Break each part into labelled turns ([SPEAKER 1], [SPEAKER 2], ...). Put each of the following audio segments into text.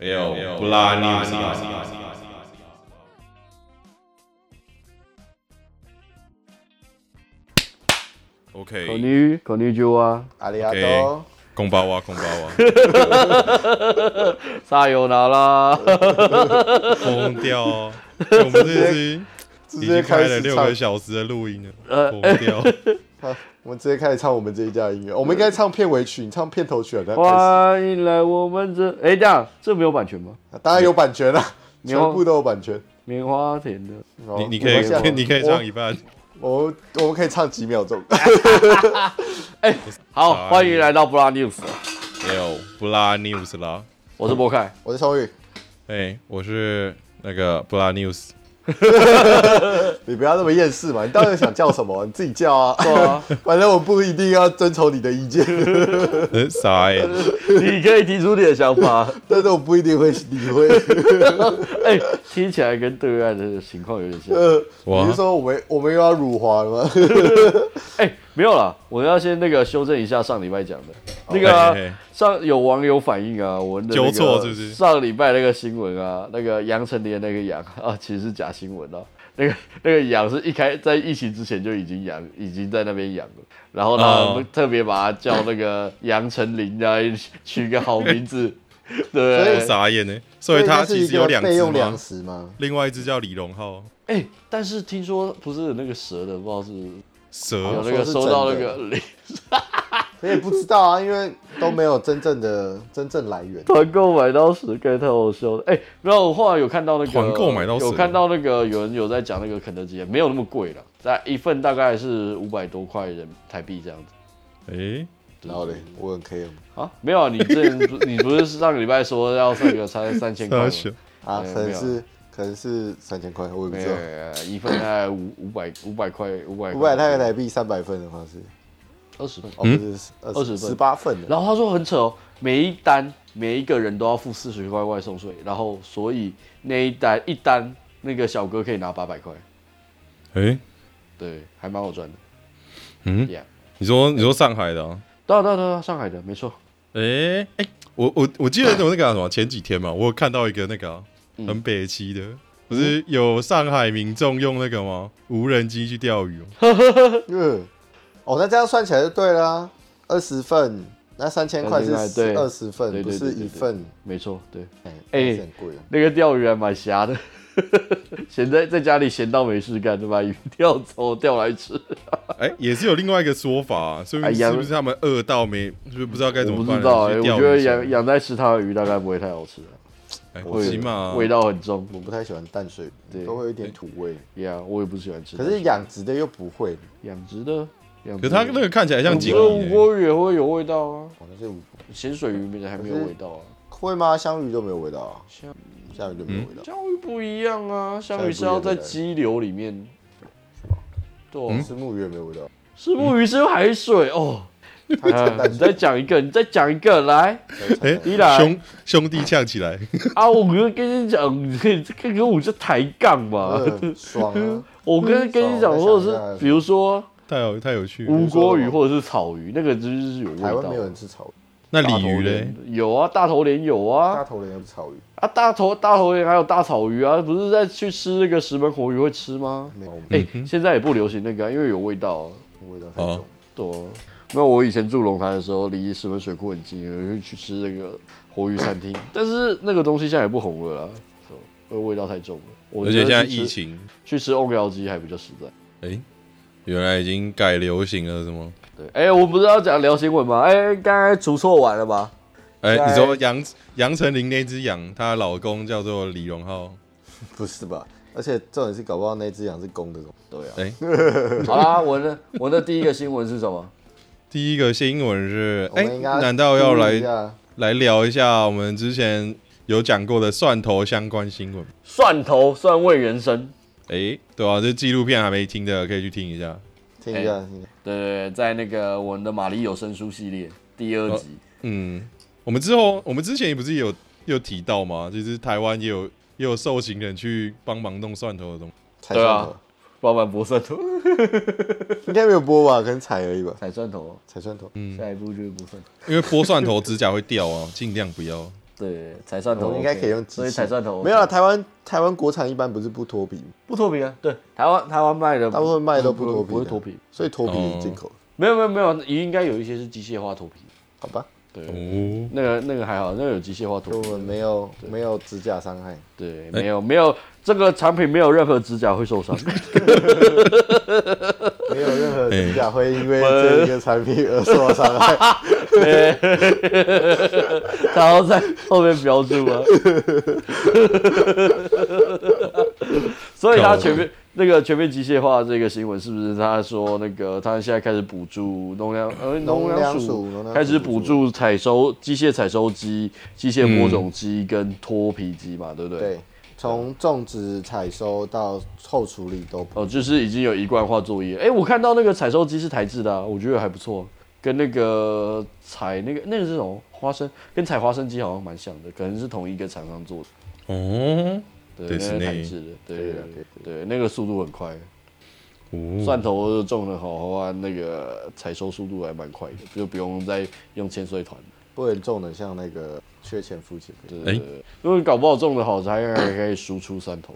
[SPEAKER 1] Evo, Bla News.
[SPEAKER 2] Konnichiwa
[SPEAKER 1] OK，
[SPEAKER 2] konnichiwa，
[SPEAKER 3] 阿里阿
[SPEAKER 1] OK
[SPEAKER 3] 多，
[SPEAKER 1] 公包哇，公包哇，
[SPEAKER 2] 撒有拿啦，
[SPEAKER 1] 疯掉哦！我们这是已
[SPEAKER 3] 直接
[SPEAKER 1] 经
[SPEAKER 3] 开
[SPEAKER 1] 开了
[SPEAKER 3] 始
[SPEAKER 1] 六
[SPEAKER 3] 唱
[SPEAKER 1] 个，小时的录音了，
[SPEAKER 2] 呃
[SPEAKER 1] 疯掉！
[SPEAKER 3] 我们直接开始唱我们这一家的音乐。我们应该唱片尾曲，你唱片头曲啊，再开
[SPEAKER 2] 欢迎来我们这，哎，这样这没有版权吗？
[SPEAKER 3] 始。当然有版权啦，
[SPEAKER 2] 你
[SPEAKER 3] 全
[SPEAKER 2] 要
[SPEAKER 3] 部都有版权。
[SPEAKER 2] 棉花甜的，
[SPEAKER 3] 哦
[SPEAKER 1] 你你可
[SPEAKER 3] 没关系啊
[SPEAKER 1] 以你可以唱一半，
[SPEAKER 3] 我我我们可以唱几秒钟。
[SPEAKER 2] 好，欢迎来到布拉 news，
[SPEAKER 1] Evo, Bla News 啦。
[SPEAKER 2] 我是波凯，
[SPEAKER 3] 我是超宇，
[SPEAKER 1] 哎，我是那个 Bla News，
[SPEAKER 3] 你不要那么厌世嘛，你到底想叫什么？你自己叫啊。
[SPEAKER 2] 对啊，
[SPEAKER 3] 反正我不一定要遵从你的意见，
[SPEAKER 1] 呃傻哎，
[SPEAKER 2] 你可以提出你的想法，
[SPEAKER 3] 但是我不一定会 理会。
[SPEAKER 2] 哎，听起来跟对岸的情况有点像，
[SPEAKER 3] 呃，
[SPEAKER 1] 哇
[SPEAKER 3] 你是说我们我们又要辱华了 吗？
[SPEAKER 2] 哎，没有啦，我要先那个修正一下上礼拜讲的，那个啊
[SPEAKER 1] 哦嘿嘿嘿
[SPEAKER 2] 上有网友反映啊，我们的那个
[SPEAKER 1] 纠错是不是
[SPEAKER 2] 上礼拜那个新闻啊，那个杨 丞琳的那个羊啊，其实是假新闻啊。那个那个羊是一开在疫情之前就已经养，已经在那边养了。然后
[SPEAKER 1] 哦
[SPEAKER 2] 呢，特别把它叫那个杨丞琳啊，取个好 名字，对不对？
[SPEAKER 1] 傻眼呢。所以 它
[SPEAKER 3] 这应该
[SPEAKER 1] 其
[SPEAKER 3] 是
[SPEAKER 1] 实
[SPEAKER 3] 一个
[SPEAKER 1] 有两
[SPEAKER 3] 备
[SPEAKER 1] 只
[SPEAKER 3] 用粮
[SPEAKER 1] 嘛，
[SPEAKER 3] 食吗？
[SPEAKER 1] 另外一只叫李荣浩，
[SPEAKER 2] 哎、但是听说不是有那个蛇的，不知道是有
[SPEAKER 1] 蛇
[SPEAKER 2] 那
[SPEAKER 3] 说
[SPEAKER 2] 个
[SPEAKER 3] 是
[SPEAKER 2] 收到那
[SPEAKER 3] 真的
[SPEAKER 2] 个零
[SPEAKER 3] 我也不知道啊，因为都没有真正的真正来源。
[SPEAKER 2] 团购买到蛇，该太好笑了。哎、然后我后来有看到那个
[SPEAKER 1] 团购买到蛇
[SPEAKER 2] 有看到那个有人有在讲那个肯德基，没有那么贵了，在一份大概是五百多块人台币这样子
[SPEAKER 1] 哎。
[SPEAKER 3] 然后嘞，我很 care 吗
[SPEAKER 2] 啊。没有啊，你之前 不你不是上个礼拜说要那个三三千块
[SPEAKER 1] 傻
[SPEAKER 2] 吗？
[SPEAKER 1] 小
[SPEAKER 3] 啊，
[SPEAKER 2] 哎
[SPEAKER 3] 可能
[SPEAKER 2] 没有
[SPEAKER 3] 是可能是三千块，我也不
[SPEAKER 2] 没
[SPEAKER 3] 知
[SPEAKER 2] 有
[SPEAKER 3] 道。
[SPEAKER 2] 没有，一份大概五五百五百块五百
[SPEAKER 3] 五百泰元台币三百份的话是，
[SPEAKER 2] 二十份。
[SPEAKER 3] 哦不是二
[SPEAKER 2] 20份
[SPEAKER 3] 十八份的，
[SPEAKER 2] 然后他说很扯哦，每一单每一个人都要付四十块外送税，然后所以那一单一单那个小哥可以拿八百块，
[SPEAKER 1] 哎，
[SPEAKER 2] 对，还蛮好赚的。
[SPEAKER 1] 嗯
[SPEAKER 2] Yeah
[SPEAKER 1] 你说你说上海的啊？
[SPEAKER 2] 对啊对啊对啊，上海的没错。
[SPEAKER 1] 哎、欸、哎、我我我记得有那个、啊、什么前几天嘛，我有看到一个那个啊、
[SPEAKER 2] 嗯
[SPEAKER 1] 很北齐的，不是有上海民众用那个吗？无人机去钓鱼、 哦，
[SPEAKER 3] 嗯，哦，那这样算起来就对啦，二十份，那三千块是
[SPEAKER 2] 3000对
[SPEAKER 3] 二十份，
[SPEAKER 2] 对对
[SPEAKER 3] 不
[SPEAKER 2] 对
[SPEAKER 3] 是一份，
[SPEAKER 2] 没错，对，
[SPEAKER 3] 哎，
[SPEAKER 2] 哎
[SPEAKER 3] 还是很贵的。
[SPEAKER 2] 那个钓鱼还蛮瞎的， 闲在在家里闲到没事干，就把鱼钓走钓来吃。
[SPEAKER 1] 哎、也是有另外一个说法、啊，所以
[SPEAKER 2] 哎呀
[SPEAKER 1] 是不是他们饿到没，就是不知道该怎
[SPEAKER 2] 我
[SPEAKER 1] 么
[SPEAKER 2] 不
[SPEAKER 1] 办
[SPEAKER 2] 知道哎、
[SPEAKER 1] 了？
[SPEAKER 2] 我
[SPEAKER 1] 去钓
[SPEAKER 2] 觉得
[SPEAKER 1] 鱼去
[SPEAKER 2] 养养在池塘的鱼大概不会太好吃啊
[SPEAKER 1] 哎，
[SPEAKER 3] 我
[SPEAKER 1] 起码
[SPEAKER 2] 味道很重。
[SPEAKER 3] 我不太喜欢淡水
[SPEAKER 2] 对，哎
[SPEAKER 3] 都会有一点土味。
[SPEAKER 2] 呀、我也不喜欢吃。
[SPEAKER 3] 可是养殖的又不会，
[SPEAKER 2] 养殖的，养
[SPEAKER 1] 可是
[SPEAKER 2] 殖的
[SPEAKER 1] 它那个看起来像锦
[SPEAKER 2] 我觉得
[SPEAKER 1] 鲤、
[SPEAKER 2] 五
[SPEAKER 1] 欸，
[SPEAKER 2] 锅鱼也会有味道啊，
[SPEAKER 3] 哦，那是无
[SPEAKER 2] 咸水鱼没还没有味道啊，
[SPEAKER 3] 会吗？香鱼就没有味道啊，
[SPEAKER 2] 香
[SPEAKER 3] 香鱼就没有味道，
[SPEAKER 2] 香鱼不一样啊，香鱼是
[SPEAKER 3] 香
[SPEAKER 2] 要
[SPEAKER 3] 鱼不一
[SPEAKER 2] 在
[SPEAKER 3] 样
[SPEAKER 2] 激流里面，对、啊，
[SPEAKER 3] 石目嗯鱼也没有味道，
[SPEAKER 2] 石目鱼是用海水哦。
[SPEAKER 3] 它
[SPEAKER 2] 啊
[SPEAKER 3] 产
[SPEAKER 2] 你
[SPEAKER 3] 淡
[SPEAKER 2] 再
[SPEAKER 3] 水，
[SPEAKER 2] 讲一个，你再讲一个来，
[SPEAKER 3] 它产淡水
[SPEAKER 2] 依然
[SPEAKER 1] 兄兄弟呛起来，
[SPEAKER 2] 啊，我跟跟你讲，这个跟我就抬杠嘛。
[SPEAKER 3] 嗯爽 啊！
[SPEAKER 2] 我跟跟你讲，
[SPEAKER 3] 嗯
[SPEAKER 2] 或者
[SPEAKER 3] 我在想一
[SPEAKER 2] 是
[SPEAKER 3] 下
[SPEAKER 2] 比如说
[SPEAKER 1] 太有太有趣了。
[SPEAKER 2] 吴锅
[SPEAKER 3] 你说什
[SPEAKER 2] 鱼
[SPEAKER 3] 么
[SPEAKER 2] 或者是草鱼，那个就是有味
[SPEAKER 3] 台
[SPEAKER 2] 道
[SPEAKER 3] 湾。没有人吃草鱼，
[SPEAKER 1] 那
[SPEAKER 2] 大
[SPEAKER 1] 鲤
[SPEAKER 2] 头
[SPEAKER 1] 鱼嘞
[SPEAKER 2] 莲？有啊，大头鲢有
[SPEAKER 3] 大
[SPEAKER 2] 啊，
[SPEAKER 3] 头人又不是草鱼，
[SPEAKER 2] 啊大头大头鲢还有大草鱼啊，不是在去吃那个石门活鱼会吃吗？
[SPEAKER 3] 没有
[SPEAKER 2] 哎、现在也不流行那个啊、因为有味道、啊。
[SPEAKER 3] 味道太重
[SPEAKER 1] 哦。
[SPEAKER 2] 对啊，那我以前住龙潭的时候，离石门水库很近，有人去吃那个活鱼餐厅，但是那个东西现在也不红了啦，对那味道太重了。我
[SPEAKER 1] 而且现
[SPEAKER 2] 觉
[SPEAKER 1] 在
[SPEAKER 2] 得去吃
[SPEAKER 1] 疫情，
[SPEAKER 2] 去吃翁窑鸡还比较实在。
[SPEAKER 1] 哎、原来已经改流行了，是吗？
[SPEAKER 2] 对，哎、我不是要讲聊新闻吗？哎、刚才出错完了吧？
[SPEAKER 1] 哎、
[SPEAKER 3] 在
[SPEAKER 1] 你说杨杨丞琳那只羊，她老公叫做李荣浩，
[SPEAKER 3] 不是吧？而且重点是，搞不好那只羊是公的，
[SPEAKER 2] 对啊。
[SPEAKER 1] 哎
[SPEAKER 2] 好啦，我的我的第一个新闻是什么？
[SPEAKER 1] 第一个新闻是，
[SPEAKER 3] 我
[SPEAKER 1] 哎、
[SPEAKER 3] 们应该
[SPEAKER 1] 难道要
[SPEAKER 3] 注意一
[SPEAKER 1] 来
[SPEAKER 3] 下
[SPEAKER 1] 来聊一下我们之前有讲过的蒜头相关新闻？
[SPEAKER 2] 蒜头蒜味人生。
[SPEAKER 1] 哎、对啊，这纪录片还没听的可以去听一下。
[SPEAKER 3] 听一下？听一下
[SPEAKER 2] 对对对，在那个我们的玛丽有声书系列第
[SPEAKER 1] 哦
[SPEAKER 2] 二集，
[SPEAKER 1] 嗯，我们之后我们之前也不是有有提到吗？就是台湾也有也有受刑人去帮忙弄蒜头的东西。
[SPEAKER 3] 踩
[SPEAKER 2] 对
[SPEAKER 3] 蒜
[SPEAKER 2] 啊
[SPEAKER 3] 头，
[SPEAKER 2] 包办博蒜头，
[SPEAKER 3] 应该没有播吧？可能踩而已吧，
[SPEAKER 2] 踩蒜头，
[SPEAKER 3] 踩蒜头。
[SPEAKER 1] 嗯
[SPEAKER 2] 下一步就是不蒜头。
[SPEAKER 1] 因为剥蒜头指甲会掉啊，尽量不要。
[SPEAKER 2] 对，才蒜
[SPEAKER 3] 我
[SPEAKER 2] 头
[SPEAKER 3] 们应该
[SPEAKER 2] OK，
[SPEAKER 3] 可以用机器
[SPEAKER 2] 所以才蒜头 OK
[SPEAKER 3] 没有啊，台湾台湾国产一般不是不脱皮吗，
[SPEAKER 2] 不脱皮啊，对，台湾台湾卖的
[SPEAKER 3] 大部分卖都不脱皮，
[SPEAKER 4] 不会脱皮，，
[SPEAKER 3] 所以脱皮
[SPEAKER 1] 哦
[SPEAKER 3] 是进口的，
[SPEAKER 2] 没有没有没有，鱼应该有一些是机械化脱皮，
[SPEAKER 3] 好吧？
[SPEAKER 2] 对，
[SPEAKER 1] 哦，
[SPEAKER 2] 那个那个还好，那个有机械化
[SPEAKER 3] 就
[SPEAKER 2] 脱
[SPEAKER 3] 我
[SPEAKER 2] 皮，
[SPEAKER 3] 们没有没有指甲伤害，
[SPEAKER 2] 对，没有没有这个产品没有任何指甲会受伤，
[SPEAKER 3] 没有任何指甲会因为这一个产品而受到伤害。
[SPEAKER 2] 然后在后面标注啊， 所以他全面那个全面机械化这个新闻是不是他说那个他现在开始补助农粮呃
[SPEAKER 3] 农
[SPEAKER 2] 粮
[SPEAKER 3] 粮署农粮署
[SPEAKER 2] 开始补助采收机械采收机、机械播种机跟脱皮机嘛，对不 对？。
[SPEAKER 3] 对，从种植、采收到后处理都
[SPEAKER 2] 哦，就是已经有一贯化作业。哎、我看到那个采收机是台制的、啊，我觉得还不错，跟那个采那个那个是什么花生，跟采花生机好像蛮像的，可能是同一个厂商做的。
[SPEAKER 1] 哦，
[SPEAKER 2] 对，
[SPEAKER 1] 对
[SPEAKER 2] 那
[SPEAKER 1] 室
[SPEAKER 2] 是
[SPEAKER 1] 内
[SPEAKER 2] 弹制的，对
[SPEAKER 3] 对的
[SPEAKER 2] 对对，那个速度很快，
[SPEAKER 1] 哦，
[SPEAKER 2] 蒜头种的好啊，那个采收速度还蛮快的，就不用再用千岁团。
[SPEAKER 3] 不能种的像那个缺钱夫妻。
[SPEAKER 2] 对
[SPEAKER 1] 哎
[SPEAKER 2] 对对，如果你搞不好种的好，还还可以输出蒜头。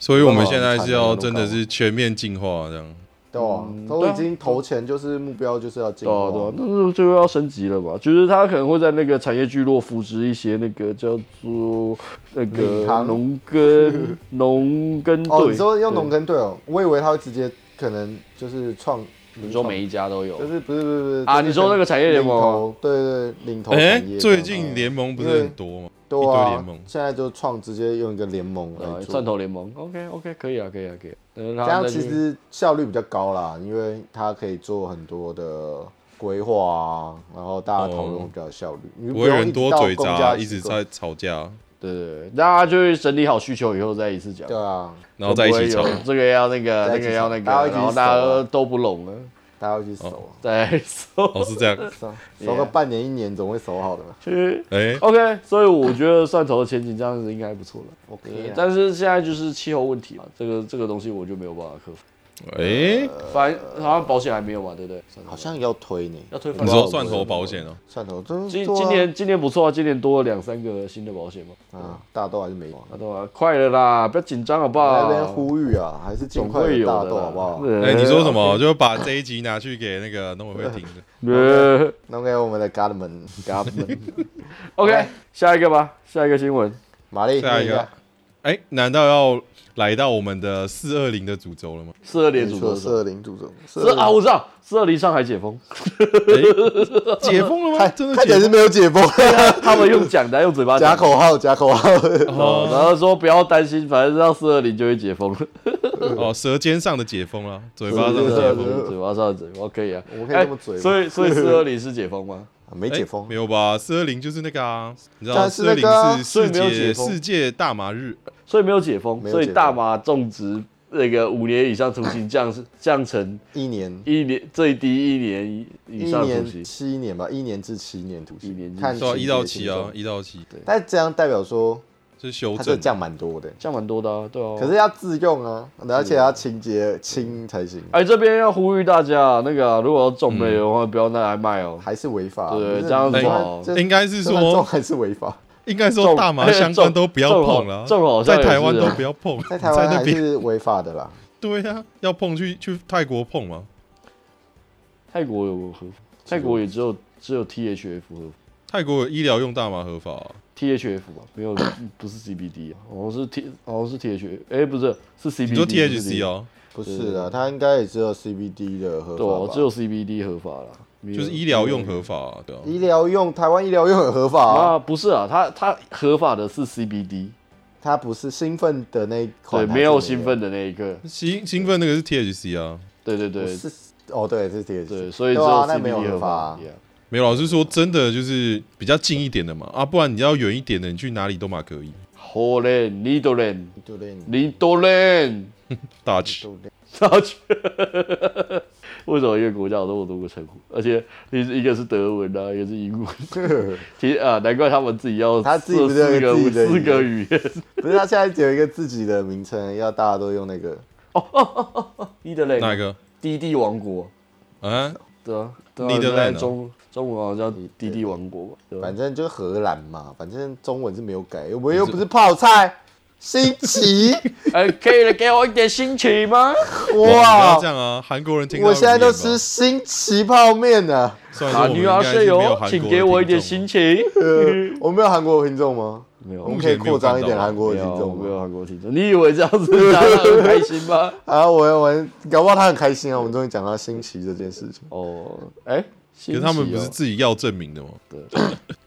[SPEAKER 1] 所以我们现在是要真的是全面进化这样。
[SPEAKER 3] 对啊，都已经投钱，就是目标就是要进
[SPEAKER 2] 对啊对啊
[SPEAKER 3] 化，。
[SPEAKER 2] 那就就要升级了嘛，就是它可能会在那个产业聚落扶植一些那个叫做那个
[SPEAKER 3] 领航
[SPEAKER 2] 农耕农耕
[SPEAKER 3] 哦，
[SPEAKER 2] 队
[SPEAKER 3] 你，说用农耕队哦，我以为他会直接可能就是创，
[SPEAKER 2] 你说每一家都有
[SPEAKER 3] 就，是不是不是不是
[SPEAKER 2] 啊你说那个产业联盟
[SPEAKER 3] 领头对对对领头产
[SPEAKER 1] 哎
[SPEAKER 3] 业这，样
[SPEAKER 1] 最
[SPEAKER 3] 啊
[SPEAKER 1] 近联盟不是很多吗？
[SPEAKER 3] 对
[SPEAKER 1] 一堆
[SPEAKER 3] 啊
[SPEAKER 1] 联盟，
[SPEAKER 3] 现在就创直接用一个联盟
[SPEAKER 2] 啊
[SPEAKER 3] 来做
[SPEAKER 2] 蒜，头联盟，OK OK 可以啊可以啊可以啊，这
[SPEAKER 3] 这样其实效率比较高啦，因为它可以做很多的规划啊，然后大家讨论会比较有效率，你
[SPEAKER 1] 哦不
[SPEAKER 3] 不
[SPEAKER 1] 会
[SPEAKER 3] 用
[SPEAKER 1] 人多
[SPEAKER 3] 到
[SPEAKER 1] 嘴
[SPEAKER 3] 公家
[SPEAKER 1] 杂，一直
[SPEAKER 3] 机构
[SPEAKER 1] 在吵架，
[SPEAKER 2] 对对对，大家就是整理好需求以后再一次讲
[SPEAKER 3] 对，啊，
[SPEAKER 1] 然后在一起吵
[SPEAKER 2] 会不。会有这个要那个，
[SPEAKER 3] 在
[SPEAKER 2] 那
[SPEAKER 3] 一起
[SPEAKER 2] 个要那个，
[SPEAKER 3] 大家一起
[SPEAKER 2] 然后大家都不拢了，
[SPEAKER 3] 大家要去啊熟，
[SPEAKER 2] 再说。
[SPEAKER 1] 哦，是这样。
[SPEAKER 3] 熟熟个半年一年总会熟好的嘛。
[SPEAKER 1] 哎，
[SPEAKER 2] OK，所以我觉得蒜头的前景这样子应该不错了。
[SPEAKER 3] OK，
[SPEAKER 2] 但是现在就是气候问题嘛，这个这个东西我就没有办法克服。
[SPEAKER 1] 哎，
[SPEAKER 3] 呃
[SPEAKER 2] 反正好像保险还没有嘛，对不对？蒜头
[SPEAKER 3] 好像要推呢，
[SPEAKER 2] 要推翻
[SPEAKER 1] 你说蒜头保险哦？
[SPEAKER 3] 蒜头都
[SPEAKER 2] 今
[SPEAKER 3] 对啊
[SPEAKER 2] 今年今年不错啊，今年多了两三个新的保险嘛。
[SPEAKER 3] 啊，大豆还是没有。
[SPEAKER 2] 那对吧？快了啦，不要紧张好不
[SPEAKER 3] 在那
[SPEAKER 2] 好？
[SPEAKER 3] 边呼吁啊，还是尽
[SPEAKER 2] 总
[SPEAKER 3] 快
[SPEAKER 2] 会
[SPEAKER 3] 有
[SPEAKER 2] 有
[SPEAKER 3] 大啊
[SPEAKER 2] 的
[SPEAKER 3] 豆
[SPEAKER 2] 啦
[SPEAKER 3] 好不好？
[SPEAKER 2] 对
[SPEAKER 1] 哎，你说什么？就把这一集拿去给那个农委会听的。
[SPEAKER 2] 呃
[SPEAKER 3] 弄给我们的 government government，
[SPEAKER 2] ，OK，下一个吧，下一个新闻。
[SPEAKER 3] 玛丽，
[SPEAKER 1] 下一
[SPEAKER 3] 念
[SPEAKER 1] 个，哎，难道要来到我们的四二零的主轴了吗？
[SPEAKER 2] 四二连
[SPEAKER 3] 没
[SPEAKER 2] 组
[SPEAKER 3] 错，
[SPEAKER 2] 合
[SPEAKER 3] 四二零诅咒，四
[SPEAKER 2] 是啊，我知道，四二零上海 解封，
[SPEAKER 1] 哎解封了吗？真的
[SPEAKER 3] 看起来
[SPEAKER 1] 解
[SPEAKER 3] 是
[SPEAKER 1] 封？
[SPEAKER 3] 没有解
[SPEAKER 2] 啊
[SPEAKER 3] 封，
[SPEAKER 2] 他们用讲的，用嘴巴
[SPEAKER 3] 假
[SPEAKER 2] 讲的，
[SPEAKER 3] 口号，假口号，
[SPEAKER 2] 哦然后说不要担心，反正到四二零就会解封了，
[SPEAKER 1] 哦，舌尖上的解封了，嘴巴上
[SPEAKER 3] 是
[SPEAKER 1] 的
[SPEAKER 3] 是
[SPEAKER 1] 解
[SPEAKER 3] 是
[SPEAKER 1] 封。
[SPEAKER 2] 嘴巴上的嘴巴可以啊，
[SPEAKER 3] 我可以这么嘴吗啊
[SPEAKER 2] 哎所以所以四二零是解封吗？
[SPEAKER 3] 没
[SPEAKER 1] 哎
[SPEAKER 3] 解封
[SPEAKER 1] 没，有吧？四二零就是那个啊，你知道
[SPEAKER 3] 但是
[SPEAKER 1] 四二
[SPEAKER 3] 那个啊
[SPEAKER 1] 零是
[SPEAKER 2] 所以
[SPEAKER 1] 世
[SPEAKER 2] 没有
[SPEAKER 1] 界
[SPEAKER 2] 解封
[SPEAKER 1] 世界大麻日，
[SPEAKER 2] 所以没有解封，
[SPEAKER 3] 没有
[SPEAKER 2] 所
[SPEAKER 3] 解封
[SPEAKER 2] 以大麻种植那个五年以上徒刑降降成
[SPEAKER 3] 一年，
[SPEAKER 2] 一年最低一年以
[SPEAKER 3] 一
[SPEAKER 2] 上徒
[SPEAKER 3] 年
[SPEAKER 2] 刑，
[SPEAKER 3] 七年吧，一年至七年徒
[SPEAKER 2] 一年
[SPEAKER 3] 刑，
[SPEAKER 2] 至
[SPEAKER 3] 看
[SPEAKER 2] 七
[SPEAKER 1] 对啊，
[SPEAKER 3] 情
[SPEAKER 1] 一到
[SPEAKER 3] 节
[SPEAKER 1] 七
[SPEAKER 3] 轻
[SPEAKER 1] 啊
[SPEAKER 3] 重，，
[SPEAKER 1] 一到七，
[SPEAKER 3] 但这样代表说
[SPEAKER 1] 就是修
[SPEAKER 3] 它这
[SPEAKER 1] 正。
[SPEAKER 3] 降蛮多的，
[SPEAKER 2] 降蛮多的啊，对啊。
[SPEAKER 3] 哦可是要自用啊，而且要情节轻才行，
[SPEAKER 2] 哎，这边要呼吁大家啊，那个啊如果要种类的话，不要拿来卖哦。
[SPEAKER 3] 还是违法，啊
[SPEAKER 2] 对
[SPEAKER 3] 就是
[SPEAKER 2] 这样子
[SPEAKER 3] 你
[SPEAKER 2] 不
[SPEAKER 3] 看
[SPEAKER 2] 好
[SPEAKER 3] 这
[SPEAKER 1] 应该是
[SPEAKER 3] 这么重
[SPEAKER 1] 说，
[SPEAKER 3] 还是违法，
[SPEAKER 1] 应该说
[SPEAKER 2] 重
[SPEAKER 1] 大麻相关都不要碰了
[SPEAKER 2] 重重好
[SPEAKER 1] 啊，
[SPEAKER 2] 像
[SPEAKER 1] 在
[SPEAKER 2] 也是
[SPEAKER 1] 台湾都不要碰，
[SPEAKER 3] 在台湾
[SPEAKER 1] 在那
[SPEAKER 3] 还
[SPEAKER 1] 边
[SPEAKER 3] 是违法的啦，
[SPEAKER 1] 对啊，要碰去去泰国碰嘛，
[SPEAKER 2] 泰国有没有合法？泰国也只有只有 THF 合法。
[SPEAKER 1] 泰国有医疗用大麻合法啊，
[SPEAKER 2] THF 吧，没有，不是 CBD 啊，好像是 T，好像是 THF，哎、不是，是 CBD，
[SPEAKER 1] 你说
[SPEAKER 2] 不是
[SPEAKER 1] THC，哦，
[SPEAKER 3] 不是啦，它应该也只有 CBD 的合
[SPEAKER 2] 对
[SPEAKER 3] 法
[SPEAKER 2] 哦
[SPEAKER 3] 吧，，
[SPEAKER 2] 只有 CBD 合法啦，没有
[SPEAKER 1] 就是医疗用合法啊，对啊，
[SPEAKER 3] 医疗用，台湾医疗用很合法啊，
[SPEAKER 2] 啊，不是啊，它它合法的是 CBD，
[SPEAKER 3] 它不是兴奋的那一
[SPEAKER 2] 对，
[SPEAKER 3] 款，
[SPEAKER 2] 没有兴，奋的那一个，
[SPEAKER 1] 兴兴奋那个是 THC 啊，
[SPEAKER 2] 对对
[SPEAKER 3] 不
[SPEAKER 2] 对
[SPEAKER 3] 是哦，对，是 THC，
[SPEAKER 2] 对，所以只
[SPEAKER 3] 对
[SPEAKER 2] 有
[SPEAKER 3] 啊，那没有
[SPEAKER 2] CBD 合
[SPEAKER 3] 合
[SPEAKER 2] 法
[SPEAKER 3] 法
[SPEAKER 2] 啊
[SPEAKER 3] 啊，，
[SPEAKER 1] 没有老师说真的就是比较近一点的嘛，啊，不然你要远一点的，你去哪里都嘛可以。
[SPEAKER 2] 好嘞，你都嘞，
[SPEAKER 3] 对对对
[SPEAKER 2] 你都嘞，
[SPEAKER 1] Dutch
[SPEAKER 3] 对
[SPEAKER 2] 上去， 为什么一个国家有那么多个称呼？而且你一个是德文啊，一个是英文，其实啊，难怪他们自己要
[SPEAKER 3] 他自己不是有一
[SPEAKER 2] 四个
[SPEAKER 3] 个自己的
[SPEAKER 2] 四
[SPEAKER 3] 语
[SPEAKER 2] 个
[SPEAKER 3] 言
[SPEAKER 2] 语言。
[SPEAKER 3] 不是，它现在只有一个自己的名称，要大家都用那个。
[SPEAKER 2] 你的嘞？
[SPEAKER 1] 哪一个？
[SPEAKER 2] 低地王国，
[SPEAKER 1] 啊，
[SPEAKER 3] 嗯
[SPEAKER 2] 对啊，
[SPEAKER 1] 你的嘞呢
[SPEAKER 2] 在中中文好像叫滴滴王国吧？对吧
[SPEAKER 3] 反正就是荷兰嘛，反正中文是没有改，我又不是泡菜，新奇
[SPEAKER 2] 哎，可以给我一点新奇吗？
[SPEAKER 1] 哇，
[SPEAKER 3] 哇
[SPEAKER 1] 这！样啊，韩国人听到哦
[SPEAKER 3] 我现在都
[SPEAKER 1] 会
[SPEAKER 3] 吃
[SPEAKER 1] 念吧，
[SPEAKER 3] 新奇泡面呢。
[SPEAKER 1] 虽然说
[SPEAKER 2] 啊，
[SPEAKER 1] 我们
[SPEAKER 2] 女
[SPEAKER 1] 应
[SPEAKER 2] 儿
[SPEAKER 1] 该是
[SPEAKER 2] 室
[SPEAKER 1] 没有
[SPEAKER 2] 友
[SPEAKER 1] 韩国，的
[SPEAKER 2] 请给我一点
[SPEAKER 1] 听
[SPEAKER 2] 新奇。
[SPEAKER 3] 呃，我们有韩国的听众吗？
[SPEAKER 2] 没有
[SPEAKER 3] 我们可以扩张一点韩国的听众
[SPEAKER 2] 没
[SPEAKER 3] 吗？
[SPEAKER 2] 有韩国听众，你以为这样子大家很开心吗？
[SPEAKER 3] 啊，我我搞不好他很开心啊，我们终于讲到新奇这件事情
[SPEAKER 2] 哦，哎，
[SPEAKER 1] 众，可是
[SPEAKER 2] 可
[SPEAKER 1] 他们
[SPEAKER 2] 哦
[SPEAKER 1] 不是自己要证明的吗？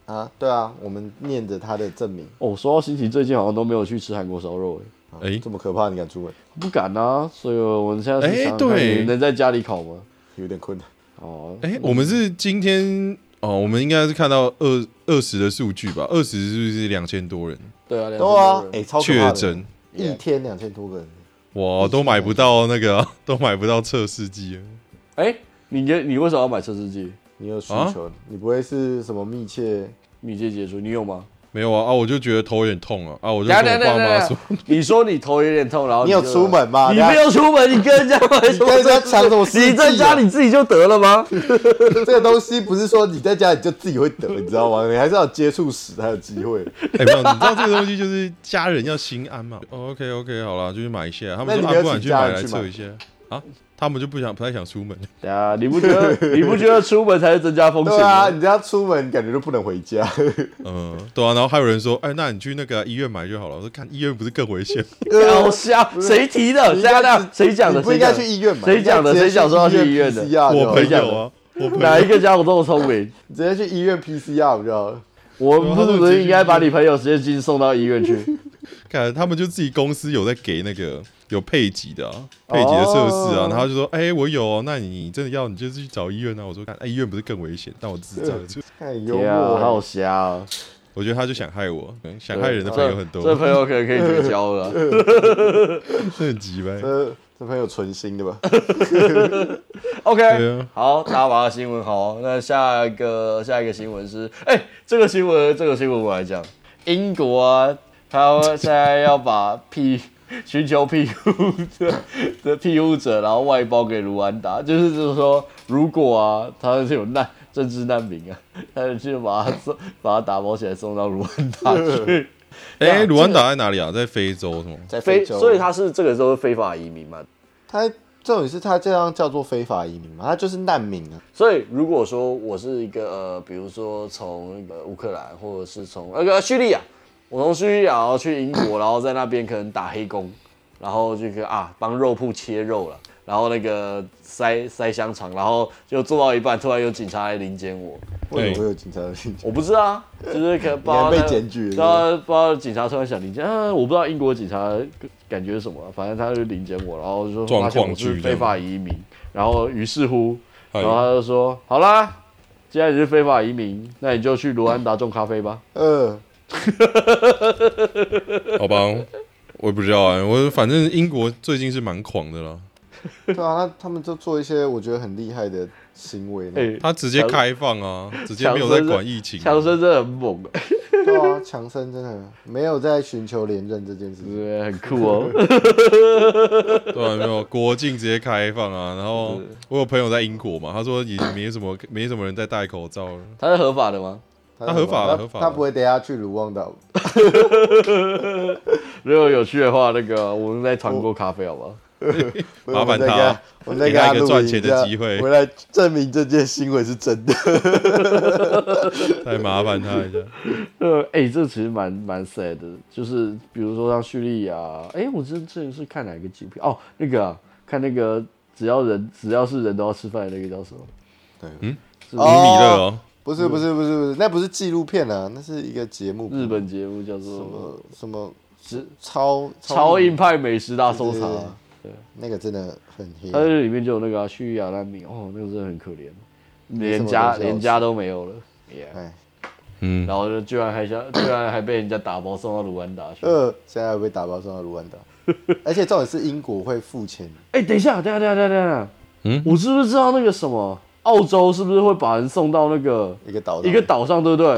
[SPEAKER 3] 啊。对啊，我们念着他的证明，啊
[SPEAKER 2] 哦，说到新奇，最近好像都没有去吃韩国烧肉，哎，
[SPEAKER 1] 哎，
[SPEAKER 3] 这么可怕，你敢出门？
[SPEAKER 2] 不敢啊，所以我们现在是
[SPEAKER 1] 哎
[SPEAKER 2] 想
[SPEAKER 1] 对
[SPEAKER 2] 看你能在家里烤吗？
[SPEAKER 3] 有点困难。
[SPEAKER 2] 哦，
[SPEAKER 1] 哎、我们是今天哦，我们应该是看到二二十的数据吧？二十是不是两千多人
[SPEAKER 2] 对啊，两千
[SPEAKER 3] 对
[SPEAKER 2] 多
[SPEAKER 3] 啊
[SPEAKER 2] 人，
[SPEAKER 3] 哎，超可怕
[SPEAKER 1] 确
[SPEAKER 3] 的
[SPEAKER 1] 诊？
[SPEAKER 3] 一天两千多个人，
[SPEAKER 1] 哇，都买不到那个啊、 都买不到测试机啊了。
[SPEAKER 2] 哎，你你你为什么要买测试机？
[SPEAKER 3] 你有需
[SPEAKER 1] 啊
[SPEAKER 3] 求，你不会是什么密切？
[SPEAKER 2] 密切接触，你有吗？
[SPEAKER 1] 没有啊啊！我就觉得头有点痛啊啊！我就跟
[SPEAKER 2] 等一下
[SPEAKER 1] 我爸妈
[SPEAKER 2] 等
[SPEAKER 1] 说
[SPEAKER 2] 一，你说你头有点痛，然后
[SPEAKER 3] 你有
[SPEAKER 2] 就
[SPEAKER 3] 出门吗？
[SPEAKER 2] 哦你
[SPEAKER 3] 等下
[SPEAKER 2] 没有出门，你跟人家买什么
[SPEAKER 3] 跟人家抢什么试剂啊
[SPEAKER 2] 你在家你自己就得了吗？
[SPEAKER 3] 这个东西不是说你在家里就自己会得，你知道吗？你还是要有接触史才有机 会。
[SPEAKER 1] 哎、没有，你知道这个东西就是家人要心安嘛。哦 OK OK，好啦，就去买一下。他们说啊，
[SPEAKER 3] 那你没有
[SPEAKER 1] 不然
[SPEAKER 3] 请
[SPEAKER 1] 去
[SPEAKER 3] 家
[SPEAKER 1] 买
[SPEAKER 3] 人
[SPEAKER 1] 来
[SPEAKER 3] 去
[SPEAKER 1] 测
[SPEAKER 3] 买
[SPEAKER 1] 一下啊。他们就不想不太想出门，
[SPEAKER 2] 对啊，你不觉 得你不觉得出门才是增加风险
[SPEAKER 3] 对啊，
[SPEAKER 2] 吗？
[SPEAKER 3] 你这样出门感觉就不能回 家。
[SPEAKER 1] 嗯，对啊。然后还有人说，哎、那你去那个医院买就好了。我说看医院不是更危险？
[SPEAKER 2] 搞笑，谁提的？
[SPEAKER 3] 啊你
[SPEAKER 2] 谁
[SPEAKER 3] 应该
[SPEAKER 2] 的？哦谁讲的？
[SPEAKER 3] 你不应该去
[SPEAKER 2] 谁
[SPEAKER 3] 医院嘛？
[SPEAKER 2] 谁讲的
[SPEAKER 3] 你应该
[SPEAKER 2] 谁讲说要去医院
[SPEAKER 3] 直
[SPEAKER 2] 的
[SPEAKER 3] 接 PCR 就
[SPEAKER 1] 我
[SPEAKER 3] 好
[SPEAKER 1] 朋
[SPEAKER 2] 讲的
[SPEAKER 1] 友啊，我
[SPEAKER 2] 讲的
[SPEAKER 1] 朋
[SPEAKER 2] 哪
[SPEAKER 1] 友
[SPEAKER 2] 一个家伙这么 聪明？
[SPEAKER 3] 你直接去医院 PCR 不就好了？
[SPEAKER 2] 我们是不是应该把你朋友直接进送到医 院去？
[SPEAKER 1] 看他们就自己公司有在给那个有配给的、啊，配给的设施啊，
[SPEAKER 2] 哦
[SPEAKER 1] 然后就说，哎、我有、哦，那你真的要，你就是去找医院啊。我说，看，哎、医院不是更危险？但我自找的，
[SPEAKER 3] 太幽默
[SPEAKER 2] 对啊，好
[SPEAKER 3] 了。
[SPEAKER 2] 瞎啊！
[SPEAKER 1] 我觉得他就想害我，嗯想害人的朋友很
[SPEAKER 2] 这这
[SPEAKER 1] 多，
[SPEAKER 2] 朋友可能可以绝交了啊。
[SPEAKER 1] 这 很急呗。啊
[SPEAKER 3] 这这朋友存心 的吧？
[SPEAKER 1] 对
[SPEAKER 2] OK，
[SPEAKER 1] 啊
[SPEAKER 2] 好，打完了新闻好，哦那下一个下一个新闻是，哎、这个新闻这个新闻我来讲，英国啊，他现在要把庇 寻求庇护的的庇护者，然后外包给卢安达，就是就是说，如果啊，他是有难政治难民啊，他就去把他送把他打包起来送到卢安达 去。
[SPEAKER 1] 哎、
[SPEAKER 2] 这个
[SPEAKER 1] 卢安达在哪里啊？在非洲是吗？
[SPEAKER 3] 在
[SPEAKER 2] 非，
[SPEAKER 3] 非洲，
[SPEAKER 2] 所以他是这个时候是非法移民嘛，
[SPEAKER 3] 他重点是他这样叫做非法移民嘛，他就是难民啊。
[SPEAKER 2] 所以如果说我是一个呃，比如说从那个乌克兰，或者是从那个叙利亚，我从叙利亚然后去英国，然后在那边可能打黑工，然后就个啊帮肉铺切肉了，然后那个塞塞香肠，然后就做到一半，突然有警察来临检我，
[SPEAKER 1] 对
[SPEAKER 3] 为什么会有警察的进去？
[SPEAKER 2] 我不知道啊，就是可能不知道
[SPEAKER 3] 你还
[SPEAKER 2] 那
[SPEAKER 3] 被检举了
[SPEAKER 2] 不知道不知道警察突然想临检，啊，我不知道英国警察感觉是什么，啊反正他就临检我，然后就说
[SPEAKER 1] 状
[SPEAKER 2] 发
[SPEAKER 1] 况
[SPEAKER 2] 现我是
[SPEAKER 1] 区这
[SPEAKER 2] 非
[SPEAKER 1] 样
[SPEAKER 2] 法移民，然后于是乎，
[SPEAKER 1] 哎
[SPEAKER 2] 然后他就说，好啦，既然你是非法移民，那你就去卢安达种咖啡吧。
[SPEAKER 3] 呃，
[SPEAKER 1] 好吧，我也不知道啊、我反正英国最近是蛮狂的啦，
[SPEAKER 3] 对啊，他他们就做一些我觉得很厉害的行 为呢。
[SPEAKER 2] 哎、
[SPEAKER 1] 他直接开放啊，直接没有在管疫情、啊
[SPEAKER 2] 强生真的很猛，
[SPEAKER 3] 对啊，强森真的没有在寻求连任这件事情。
[SPEAKER 2] 对，很酷哦。
[SPEAKER 1] 对啊，没有国境直接开放啊。然后我有朋友在英国嘛，他说也没什么没什么人在戴口罩了。
[SPEAKER 2] 他是合法的吗？
[SPEAKER 1] 他合法了合法了
[SPEAKER 3] 他不会等下去卢旺岛。
[SPEAKER 2] 如果有趣的话，那个我们再团购咖啡好不好？
[SPEAKER 1] 麻烦他
[SPEAKER 3] 我们 再给我
[SPEAKER 1] 给
[SPEAKER 3] 们再给
[SPEAKER 1] 他一
[SPEAKER 3] 他
[SPEAKER 1] 个
[SPEAKER 3] 录
[SPEAKER 1] 赚
[SPEAKER 3] 影
[SPEAKER 1] 钱的
[SPEAKER 3] 这样
[SPEAKER 1] 机会
[SPEAKER 3] 我来证明这件新闻是 真的。
[SPEAKER 1] 太麻烦他一下。
[SPEAKER 2] 呃，哎、这其实蛮蛮 sad 的，就是比如说像叙利亚，哎、我之之前是看哪个纪录片？哦，那个啊、看那个只要人只要是人都要吃饭的那个叫什么？
[SPEAKER 1] 卢米勒哦，
[SPEAKER 3] 不是不是不是不是，那不是纪录片啊，那是一个节目。
[SPEAKER 2] 日本节目叫
[SPEAKER 3] 什
[SPEAKER 2] 做
[SPEAKER 3] 么什么
[SPEAKER 2] 是
[SPEAKER 3] 超
[SPEAKER 2] 超硬派美食大搜查、啊，
[SPEAKER 3] 那个真的很黑
[SPEAKER 2] 它。这里面就有那个、啊、叙利亚难民，哦，那个真的很可怜，
[SPEAKER 3] 什
[SPEAKER 2] 连
[SPEAKER 3] 么
[SPEAKER 2] 家
[SPEAKER 3] 东西好
[SPEAKER 2] 连
[SPEAKER 3] 吃
[SPEAKER 2] 家都没有了。Yeah.
[SPEAKER 3] 哎，
[SPEAKER 1] 嗯，
[SPEAKER 2] 然后就居然还想，居然还被人家打包送到卢安达去。
[SPEAKER 3] 呃，现在被打包送到卢旺岛， 而且重点是英国会付钱。
[SPEAKER 2] 哎、等一下，等一下，等一下，等一下，
[SPEAKER 1] 嗯
[SPEAKER 2] 嗯，我是不是知道那个什么，澳洲是不是会把人送到那个
[SPEAKER 3] 一个岛上
[SPEAKER 2] 一个岛上，对不对？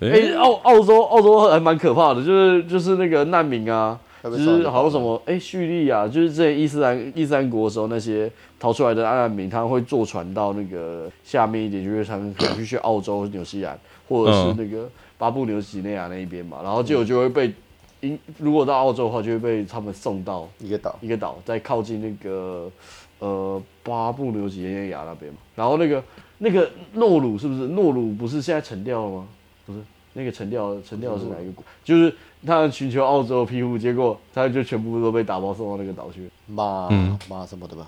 [SPEAKER 2] 哎、
[SPEAKER 1] 哎，
[SPEAKER 2] 澳澳洲澳洲还蛮可怕的，就是就是那个难民啊，
[SPEAKER 3] 要
[SPEAKER 2] 就
[SPEAKER 3] 被少女
[SPEAKER 2] 是
[SPEAKER 3] 绑
[SPEAKER 2] 好像什么哎叙利亚，就是之前伊斯兰伊斯兰国的时候，那些逃出来的阿难民，他们会坐船到那个下面一点，就是他们可能去澳洲、纽西兰，或者是
[SPEAKER 1] 嗯
[SPEAKER 2] 那个巴布纽几内亚那一边嘛，然后结果就会被。因如果到澳洲的话，就会被他们送到
[SPEAKER 3] 一个岛，
[SPEAKER 2] 一个岛，在靠近那个呃巴布纽几内亚那边嘛。然后那个那个诺鲁是不是诺鲁不是现在沉掉了吗？不是，那个沉掉了，沉掉的是哪一个国？就是他们寻求澳洲的庇护，结果他就全部都被打包送到那个岛去，
[SPEAKER 3] 骂
[SPEAKER 1] 嗯
[SPEAKER 3] 骂什么的吧，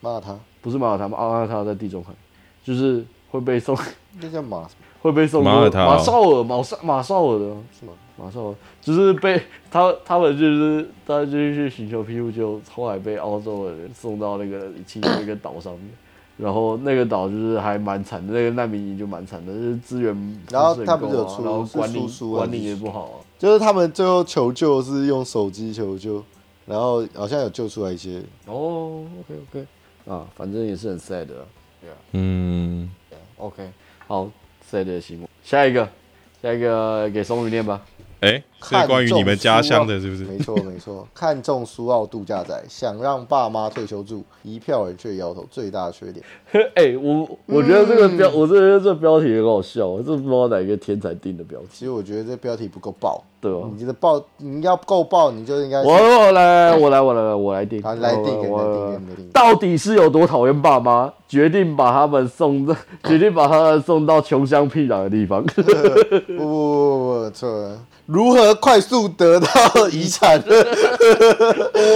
[SPEAKER 3] 骂他，
[SPEAKER 2] 不是马耳他吗？马耳他在地中海，就是会被送
[SPEAKER 3] 那叫骂什么？
[SPEAKER 2] 会被送
[SPEAKER 1] 马耳他哦
[SPEAKER 2] 马绍尔马绍马绍尔的
[SPEAKER 3] 是吗？
[SPEAKER 2] 马绍尔，就是被 他他们就是他就是去寻求庇护，就后来被澳洲的人送到那个其中一个岛上面， 然后那个岛就是还蛮惨的，那个难民营就蛮惨的，就是资源不是
[SPEAKER 3] 然后
[SPEAKER 2] 很
[SPEAKER 3] 他不是有
[SPEAKER 2] 够啊
[SPEAKER 3] 出
[SPEAKER 2] 然后
[SPEAKER 3] 是
[SPEAKER 2] 管理
[SPEAKER 3] 出书还
[SPEAKER 2] 管
[SPEAKER 3] 是
[SPEAKER 2] 理也不好啊、
[SPEAKER 3] 就是他们最后求救是用手机求救，然后好像有救出来一些，
[SPEAKER 2] 哦，OK OK，啊，反正也是很 sad 的啊。
[SPEAKER 1] 嗯，
[SPEAKER 2] OK，好，sad 的新闻，下一个，下一个给松鱼念吧。
[SPEAKER 1] 哎，是
[SPEAKER 3] 看啊
[SPEAKER 1] 关于你们家乡的，是不
[SPEAKER 3] 没
[SPEAKER 1] 是？
[SPEAKER 3] 错没错，看中苏澳度假仔，想让爸妈退休住，一票人却摇头，最大缺点。
[SPEAKER 2] 哎、我我觉得这个
[SPEAKER 3] 嗯
[SPEAKER 2] 标，我真的觉得这标题很好笑，我真不知道哪个天才定的标题，
[SPEAKER 3] 其实我觉得这标题不够爆，
[SPEAKER 2] 对吧？
[SPEAKER 3] 你的爆你要够爆，你就应该
[SPEAKER 2] 我我来我来我来我来定，
[SPEAKER 3] 好来定
[SPEAKER 2] 我
[SPEAKER 3] 给你
[SPEAKER 2] 我
[SPEAKER 3] 定给你定
[SPEAKER 2] 到底是有多讨厌爸妈，决定把他们送到， 决定把他们送到穷乡僻壤的地方。
[SPEAKER 3] 不不不不不错了，如何快速得到遗产？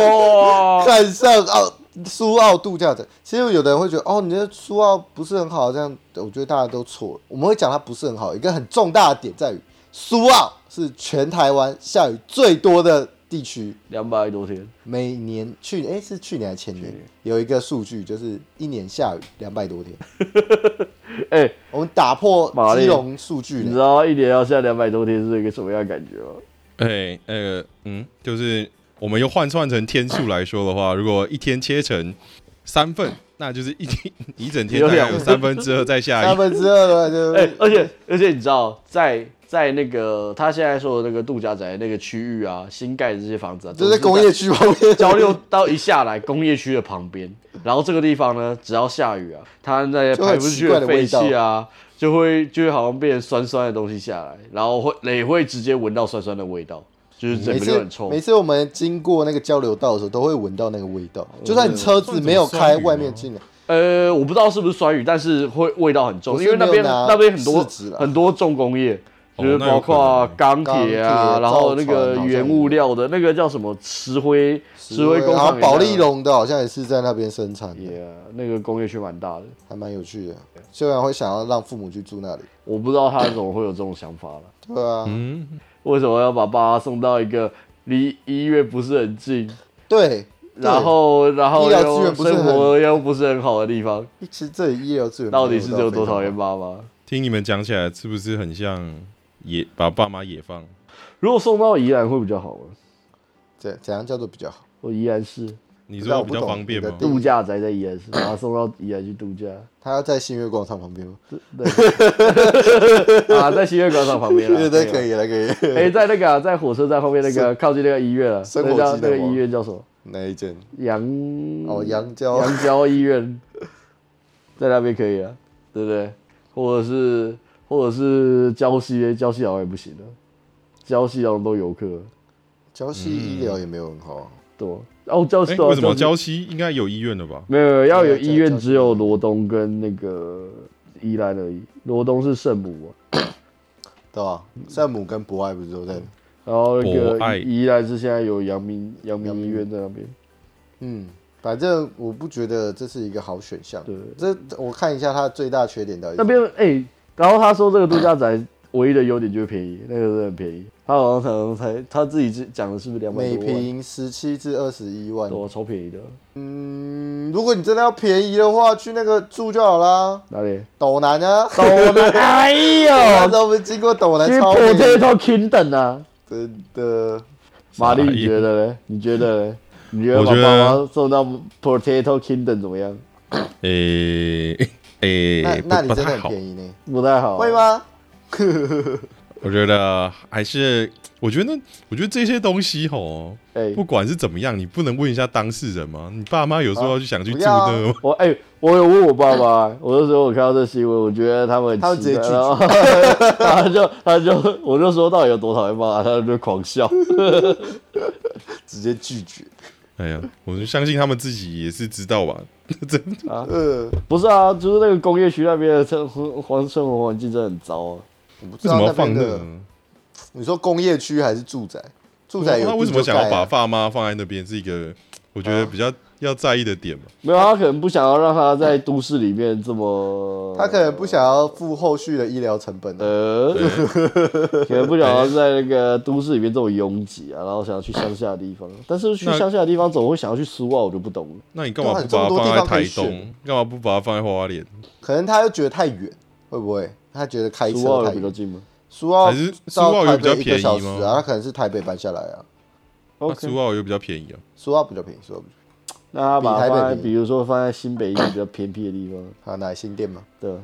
[SPEAKER 2] 哇，
[SPEAKER 3] 看上澳苏澳度假者，其实有的人会觉得哦，你的苏澳不是很好，这样我觉得大家都错了。我们会讲它不是很好，一个很重大的点在于，苏澳是全台湾下雨最多的地区。
[SPEAKER 2] 两百多天，
[SPEAKER 3] 每年去哎、是去年还前年有一个数据，就是一年下雨两百多天，
[SPEAKER 2] 哎、
[SPEAKER 3] 我们打破
[SPEAKER 2] 玛丽
[SPEAKER 3] 基隆数据
[SPEAKER 2] 你知
[SPEAKER 3] 了。
[SPEAKER 2] 道啊一年要下两百多天是一个什么样的感觉吗？
[SPEAKER 1] 哎，那个，嗯，就是我们又换算成天数来说的话，如果一天切成三份，那就是一天一整天
[SPEAKER 2] 有
[SPEAKER 1] 大概
[SPEAKER 2] 两
[SPEAKER 1] 有三分之二在下
[SPEAKER 3] 三
[SPEAKER 1] 雨。
[SPEAKER 3] 分之二的就
[SPEAKER 2] 哎、
[SPEAKER 3] 是
[SPEAKER 2] 而且而且你知道，在在那个他现在说的那个度假宅那个区域啊，新盖的这些房子啊，
[SPEAKER 3] 就是工业区旁边，
[SPEAKER 2] 交流道一下来，工业区的旁边，然后这个地方呢，只要下雨啊，它那些
[SPEAKER 3] 就
[SPEAKER 2] 排
[SPEAKER 3] 很
[SPEAKER 2] 不出
[SPEAKER 3] 奇
[SPEAKER 2] 去
[SPEAKER 3] 怪的
[SPEAKER 2] 废
[SPEAKER 3] 味道
[SPEAKER 2] 气啊，就会就会好像变成酸酸的东西下来，然后会也会直接闻到酸酸的味道，就是整
[SPEAKER 3] 每
[SPEAKER 2] 个就
[SPEAKER 3] 次
[SPEAKER 2] 很臭
[SPEAKER 3] 每。次我们经过那个交流道的时候，都会闻到那个味道，
[SPEAKER 2] 嗯
[SPEAKER 3] 就算你车子没有开，外面进来，
[SPEAKER 2] 呃，我不知道是不是酸雨，但是会味道很重，
[SPEAKER 3] 我是
[SPEAKER 2] 因为那边
[SPEAKER 3] 没有拿
[SPEAKER 2] 那边很多
[SPEAKER 3] 试纸啦
[SPEAKER 2] 很多重工业。
[SPEAKER 1] 哦
[SPEAKER 2] 就是
[SPEAKER 1] 那有
[SPEAKER 2] 包括
[SPEAKER 1] 可
[SPEAKER 2] 钢铁啊，
[SPEAKER 3] 钢铁
[SPEAKER 2] 然后那
[SPEAKER 3] 造
[SPEAKER 2] 个
[SPEAKER 3] 船好像
[SPEAKER 2] 原物料的那个叫什么石灰石灰工
[SPEAKER 3] 然后
[SPEAKER 2] 厂也在那，啊
[SPEAKER 3] 宝丽龙的好像也是在那边生产的，
[SPEAKER 2] 也那个工业区蛮大的。
[SPEAKER 3] 还蛮有趣的。虽然会想要让父母去住那里，
[SPEAKER 2] 我不知道他怎么会有这种想法了。
[SPEAKER 3] 对啊，
[SPEAKER 1] 嗯，
[SPEAKER 2] 为什么要把爸爸送到一个离医院不是很近，
[SPEAKER 3] 对，
[SPEAKER 2] 然后然后
[SPEAKER 3] 医疗资
[SPEAKER 2] 又
[SPEAKER 3] 源不是
[SPEAKER 2] 生
[SPEAKER 3] 很嗯
[SPEAKER 2] 活又不是很好的地方，
[SPEAKER 3] 对其实这里医疗资源
[SPEAKER 2] 到底是有多讨厌
[SPEAKER 3] 吧？
[SPEAKER 2] 爸妈？
[SPEAKER 1] 听你们讲起来，是不是很像野把爸妈野放？
[SPEAKER 2] 如果送到宜兰会比较好吗？
[SPEAKER 3] 怎怎样叫做比较好？
[SPEAKER 2] 我宜兰市
[SPEAKER 1] 你
[SPEAKER 3] 那
[SPEAKER 1] 说
[SPEAKER 3] 我
[SPEAKER 1] 比
[SPEAKER 3] 不
[SPEAKER 1] 较
[SPEAKER 3] 懂
[SPEAKER 1] 方便
[SPEAKER 3] 你的
[SPEAKER 1] 吗？
[SPEAKER 2] 度假宅在宜兰
[SPEAKER 3] 嗯
[SPEAKER 2] 市，把他送到宜兰去度假，
[SPEAKER 3] 他要在新月广场旁边吗？
[SPEAKER 2] 啊，在新月广场旁边
[SPEAKER 3] 对
[SPEAKER 2] 了，
[SPEAKER 3] 对，可以了，可以了。
[SPEAKER 2] 啊哎、在那个啊、在火车站旁边那个靠近那个医院了，
[SPEAKER 3] 生活
[SPEAKER 2] 那叫
[SPEAKER 3] 技
[SPEAKER 2] 那
[SPEAKER 3] 能
[SPEAKER 2] 个
[SPEAKER 3] 吗
[SPEAKER 2] 医院叫什么？
[SPEAKER 3] 哪一间？
[SPEAKER 2] 杨
[SPEAKER 3] 哦，杨椒，
[SPEAKER 2] 嗯杨椒医院，在那边可以啊，对不对？或者是或者是礁溪，欸礁溪好像也不行了，礁溪好像都游客，
[SPEAKER 3] 礁溪医疗也没有很好啊。
[SPEAKER 2] 对吧？哦，礁
[SPEAKER 1] 哎
[SPEAKER 2] 溪、，
[SPEAKER 1] 为什么
[SPEAKER 2] 礁
[SPEAKER 1] 礁
[SPEAKER 2] 溪
[SPEAKER 1] 溪应该有医院了吧？
[SPEAKER 2] 没有没有要有医院，
[SPEAKER 3] 啊礁溪
[SPEAKER 2] 只有罗东跟那个宜兰而已。罗东是圣母、啊，
[SPEAKER 3] 对吧？
[SPEAKER 2] 嗯
[SPEAKER 3] 圣母跟博爱不是都在？
[SPEAKER 2] 然后那
[SPEAKER 1] 博爱
[SPEAKER 2] 个宜宜兰是现在有阳明阳明医院在那边，
[SPEAKER 3] 嗯，反正我不觉得这是一个好选项。
[SPEAKER 2] 对
[SPEAKER 3] 这我看一下它的最大缺点到底是
[SPEAKER 2] 那边哎、然后他说这个度假宅唯一的优点就是便宜，那个真的很便宜。他好像才才他自己讲的是不是两百
[SPEAKER 3] 每
[SPEAKER 2] 多万？
[SPEAKER 3] 平十七至二十一万。
[SPEAKER 2] 对，超便宜的。
[SPEAKER 3] 嗯，如果你真的要便宜的话，去那个住就好啦。
[SPEAKER 2] 哪里？
[SPEAKER 3] 斗南啊，
[SPEAKER 2] 斗 南，哎
[SPEAKER 3] 那时
[SPEAKER 2] 呦，
[SPEAKER 3] 候我们经过斗南
[SPEAKER 2] 去
[SPEAKER 3] 超便宜
[SPEAKER 2] Potato Kingdom 啊！
[SPEAKER 3] 真的。
[SPEAKER 2] 玛丽，
[SPEAKER 1] 傻眼
[SPEAKER 2] 你觉得呢？你觉得呢？你觉得
[SPEAKER 1] 我
[SPEAKER 2] 把
[SPEAKER 1] 觉得
[SPEAKER 2] 爸妈送到 Potato Kingdom 怎么样？
[SPEAKER 1] 诶诶，
[SPEAKER 3] 那
[SPEAKER 1] 不 呃不
[SPEAKER 3] 那你真的
[SPEAKER 1] 太
[SPEAKER 3] 很
[SPEAKER 1] 好。哦
[SPEAKER 2] 啊
[SPEAKER 3] 便宜呢？
[SPEAKER 2] 不太好，
[SPEAKER 3] 会？吗？
[SPEAKER 1] 我觉得还是，我觉得，我觉得这些东西吼，
[SPEAKER 2] 哎
[SPEAKER 1] 不管是怎么样，你不能问一下当事人吗？你爸妈有时候要去想去
[SPEAKER 3] 不
[SPEAKER 1] 住
[SPEAKER 3] 要啊
[SPEAKER 1] 那个吗，
[SPEAKER 2] 我哎、我有问我爸爸， 我那时候我看到这新闻，我觉得他们很
[SPEAKER 3] 他们直接
[SPEAKER 2] 奇怪
[SPEAKER 3] 拒绝
[SPEAKER 2] 然后 他就他就我就说到底有多讨厌爸爸，他就狂笑。
[SPEAKER 3] 直接拒绝。
[SPEAKER 1] 哎呀，我就相信他们自己也是知道吧。这
[SPEAKER 3] 呃，
[SPEAKER 2] 不是啊，就是那个工业区那边的生活环生活环境真的很糟啊。
[SPEAKER 3] 我不
[SPEAKER 1] 为什
[SPEAKER 3] 知道
[SPEAKER 1] 么要
[SPEAKER 3] 那
[SPEAKER 1] 放
[SPEAKER 3] 边
[SPEAKER 1] 那
[SPEAKER 3] 的
[SPEAKER 1] 个，？
[SPEAKER 3] 你说工业区还是住宅？住宅有
[SPEAKER 1] 他为什么
[SPEAKER 3] 地就
[SPEAKER 1] 想要
[SPEAKER 3] 盖
[SPEAKER 1] 把
[SPEAKER 3] 啊哦
[SPEAKER 1] 爸妈放在那边？是一个我觉得比较要在意的点嘛。
[SPEAKER 2] 没有，他可能不想要让他在都市里面这么，
[SPEAKER 3] 他可能不想要付后续的医疗成本啊。
[SPEAKER 2] 呃， 可能不想要在那个都市里面这么拥挤啊，然后想要去乡下的地方。但是去
[SPEAKER 1] 那
[SPEAKER 2] 乡下的地方怎么会想要去苏澳，我就不懂了。
[SPEAKER 1] 那你干嘛
[SPEAKER 3] 对啊
[SPEAKER 1] 不把
[SPEAKER 3] 这
[SPEAKER 1] 它
[SPEAKER 3] 么多
[SPEAKER 1] 放
[SPEAKER 3] 地
[SPEAKER 1] 在
[SPEAKER 3] 方可以
[SPEAKER 1] 台东？干嘛不把它放在花莲？
[SPEAKER 3] 可能他又觉得太远，会不会？他觉得开
[SPEAKER 2] 苏澳
[SPEAKER 3] 车
[SPEAKER 2] 有
[SPEAKER 3] 太
[SPEAKER 2] 比较
[SPEAKER 3] 远。
[SPEAKER 2] 近吗
[SPEAKER 3] 苏澳
[SPEAKER 1] 还是苏
[SPEAKER 3] 到
[SPEAKER 1] 澳有
[SPEAKER 3] 台
[SPEAKER 1] 比较
[SPEAKER 3] 北一
[SPEAKER 1] 便
[SPEAKER 3] 个
[SPEAKER 1] 宜
[SPEAKER 3] 小时
[SPEAKER 1] 吗
[SPEAKER 3] 啊，他可能是台北搬下来啊。
[SPEAKER 1] 那
[SPEAKER 2] ？OK，
[SPEAKER 1] 苏澳又比较便宜啊。
[SPEAKER 3] 苏澳比较便宜，苏澳比较便宜。
[SPEAKER 2] 那他把
[SPEAKER 3] 比
[SPEAKER 2] 它
[SPEAKER 3] 台北啊
[SPEAKER 2] 放在
[SPEAKER 3] 便宜
[SPEAKER 2] 比如说放在新北一个比较偏僻的地方，
[SPEAKER 3] 还有哪新店吗？
[SPEAKER 2] 对吧，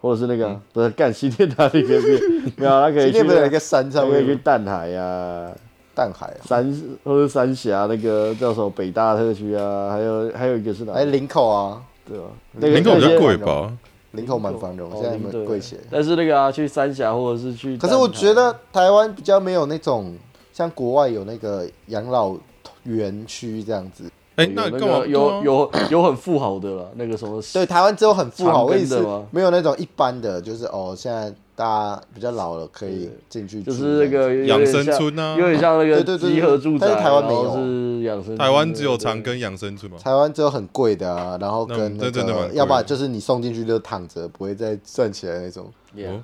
[SPEAKER 2] 或者是那个啊
[SPEAKER 3] 嗯
[SPEAKER 2] 不是干新店哪里 偏僻？没有啊，他可以
[SPEAKER 3] 新
[SPEAKER 2] 去
[SPEAKER 3] 店不是有
[SPEAKER 2] 那
[SPEAKER 3] 一个
[SPEAKER 2] 个，
[SPEAKER 3] 山
[SPEAKER 2] 他
[SPEAKER 3] 上
[SPEAKER 2] 可以
[SPEAKER 3] 面
[SPEAKER 2] 去
[SPEAKER 3] 吗
[SPEAKER 2] 淡海呀。
[SPEAKER 3] 淡海啊，
[SPEAKER 2] 三或者三峡那个叫什么北大特区啊，还有还有一个是哪
[SPEAKER 3] 还有
[SPEAKER 2] 里？
[SPEAKER 3] 林口啊，
[SPEAKER 2] 对吧？那个
[SPEAKER 1] 林口比较
[SPEAKER 2] 那些
[SPEAKER 1] 贵吧？
[SPEAKER 3] 林口蛮繁荣，
[SPEAKER 2] 哦
[SPEAKER 3] 现在
[SPEAKER 2] 林
[SPEAKER 3] 蛮
[SPEAKER 2] 口
[SPEAKER 3] 贵些。
[SPEAKER 2] 但是那个啊，去三峡或者是去
[SPEAKER 3] 可
[SPEAKER 2] 淡海，
[SPEAKER 3] 是我觉得台湾比较没有那种像国外有那个养老园区这样子。
[SPEAKER 1] 哎，
[SPEAKER 2] 有
[SPEAKER 1] 那
[SPEAKER 2] 个
[SPEAKER 1] 干嘛不啊
[SPEAKER 2] 有有有很富豪的啦，那个什么
[SPEAKER 3] 对，台湾只有很富豪，
[SPEAKER 2] 长
[SPEAKER 3] 我
[SPEAKER 2] 庚
[SPEAKER 3] 意思
[SPEAKER 2] 的吗
[SPEAKER 3] 没有那种一般的，就是哦，现在大家比较老了可以进去住
[SPEAKER 2] 就
[SPEAKER 3] 这样子，
[SPEAKER 2] 是那个有点
[SPEAKER 1] 养生
[SPEAKER 2] 像
[SPEAKER 1] 村啊
[SPEAKER 2] 有点像那
[SPEAKER 3] 对
[SPEAKER 2] 个
[SPEAKER 3] 对对
[SPEAKER 2] 集合住宅，
[SPEAKER 3] 但
[SPEAKER 2] 啊
[SPEAKER 3] 是台湾没有
[SPEAKER 2] 然后是养生村，
[SPEAKER 1] 台湾只有长
[SPEAKER 2] 对
[SPEAKER 1] 庚养生村嘛？
[SPEAKER 3] 台湾只有很贵的啊，然后
[SPEAKER 1] 哦那
[SPEAKER 3] 跟
[SPEAKER 1] 这
[SPEAKER 3] 那
[SPEAKER 1] 真的蛮
[SPEAKER 3] 个
[SPEAKER 1] 贵，的
[SPEAKER 3] 要不然就是你送进去就躺着，不会再站起来那种。
[SPEAKER 2] 对对
[SPEAKER 1] 哦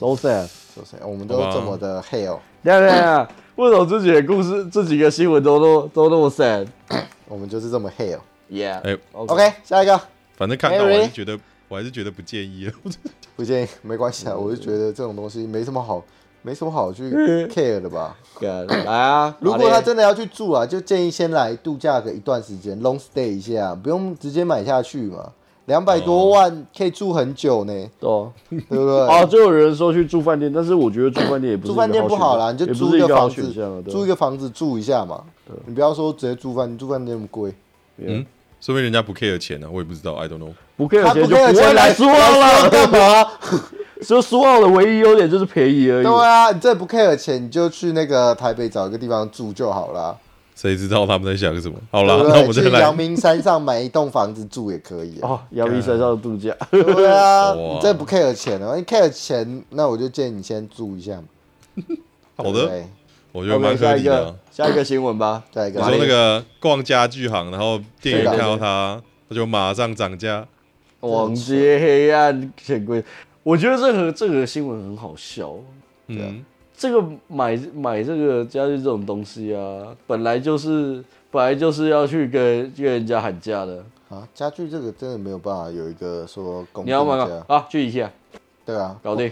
[SPEAKER 2] Yeah，so sad。
[SPEAKER 3] 就是我们都
[SPEAKER 1] 好吧
[SPEAKER 3] 这么的 hell，
[SPEAKER 2] 等一下等一下，为什么这几个故事、这几个新闻都都都那么 sad？Yeah，Oh
[SPEAKER 3] 我们就是这么 hell。
[SPEAKER 1] 哎
[SPEAKER 3] OK，下一个
[SPEAKER 1] 反正看到我
[SPEAKER 3] Mary
[SPEAKER 1] 还是觉得，我还是觉得不建议啊。
[SPEAKER 3] 不建议，没关
[SPEAKER 1] 嗯
[SPEAKER 3] 系啊，我就觉得这种东西没什么好，没什么好去
[SPEAKER 1] 嗯
[SPEAKER 3] care 的吧。
[SPEAKER 2] 干来啊！
[SPEAKER 3] 如
[SPEAKER 2] 哪
[SPEAKER 3] 果
[SPEAKER 2] 里
[SPEAKER 3] 他真的要去住啊，就建议先来度假个一段时间，long stay 一下，不用直接买下去嘛。两百多
[SPEAKER 1] 哦
[SPEAKER 3] 万可以住很久呢，
[SPEAKER 2] 对啊
[SPEAKER 3] 对不 对？
[SPEAKER 2] 哦，就有人说去住饭店，但是我觉得住饭店也不是
[SPEAKER 3] 住饭店不好啦，你就租
[SPEAKER 2] 一
[SPEAKER 3] 一
[SPEAKER 2] 个
[SPEAKER 3] 个
[SPEAKER 2] 好
[SPEAKER 3] 房
[SPEAKER 2] 选
[SPEAKER 3] 子
[SPEAKER 2] 项啊，对吧
[SPEAKER 3] 租一个房子住一下嘛。你不要说直接住饭，住饭店那么贵。
[SPEAKER 1] 嗯，说明人家不 care 钱啊呢，我也不知道，I don't know。
[SPEAKER 2] 不 care
[SPEAKER 3] 他
[SPEAKER 2] 钱
[SPEAKER 3] 不
[SPEAKER 2] 就
[SPEAKER 3] care
[SPEAKER 2] 不会
[SPEAKER 3] 钱
[SPEAKER 2] 来
[SPEAKER 3] 来
[SPEAKER 2] 苏澳了。 哎
[SPEAKER 3] 干嘛？
[SPEAKER 2] 就苏澳的唯一优点就是便宜而已
[SPEAKER 3] 对。啊，你这不 care 钱，你就去那个台北找一个地方住就好啦。
[SPEAKER 1] 谁知道他们在想什么？好啦
[SPEAKER 3] 对，不
[SPEAKER 1] 那我们再
[SPEAKER 3] 对？去
[SPEAKER 1] 来
[SPEAKER 3] 阳。明山上买一栋房子住也可以啊。
[SPEAKER 2] 哦，阳明山上 度假，
[SPEAKER 3] 对 啊，
[SPEAKER 1] 哇
[SPEAKER 3] 你这不 care 钱哦，你 care 钱，那我就建议你先住一下嘛。
[SPEAKER 1] 好
[SPEAKER 3] 对不
[SPEAKER 1] 的，
[SPEAKER 3] 对，
[SPEAKER 1] 我觉得
[SPEAKER 5] OK，
[SPEAKER 1] 蛮合
[SPEAKER 5] 下
[SPEAKER 1] 理
[SPEAKER 5] 一
[SPEAKER 1] 的啊
[SPEAKER 5] 个。下一个新闻吧。
[SPEAKER 3] 再一
[SPEAKER 1] 你
[SPEAKER 3] 个
[SPEAKER 1] 说那个逛家具行，然后店员
[SPEAKER 3] 对
[SPEAKER 1] 看到
[SPEAKER 3] 的
[SPEAKER 1] 它，他就马上涨价。
[SPEAKER 5] 网
[SPEAKER 2] 网街黑暗潜规，我觉得这个这个新闻很好笑。
[SPEAKER 1] 嗯，
[SPEAKER 2] 这个买买这个家具这种东西啊，本来就是本来就是要去跟跟人家喊价的。
[SPEAKER 3] 啊，家具这个真的没有办法有一个说公
[SPEAKER 2] 你
[SPEAKER 3] 定
[SPEAKER 2] 要买
[SPEAKER 3] 价
[SPEAKER 2] 吗，？啊，去一下
[SPEAKER 3] 对啊，
[SPEAKER 2] 搞定。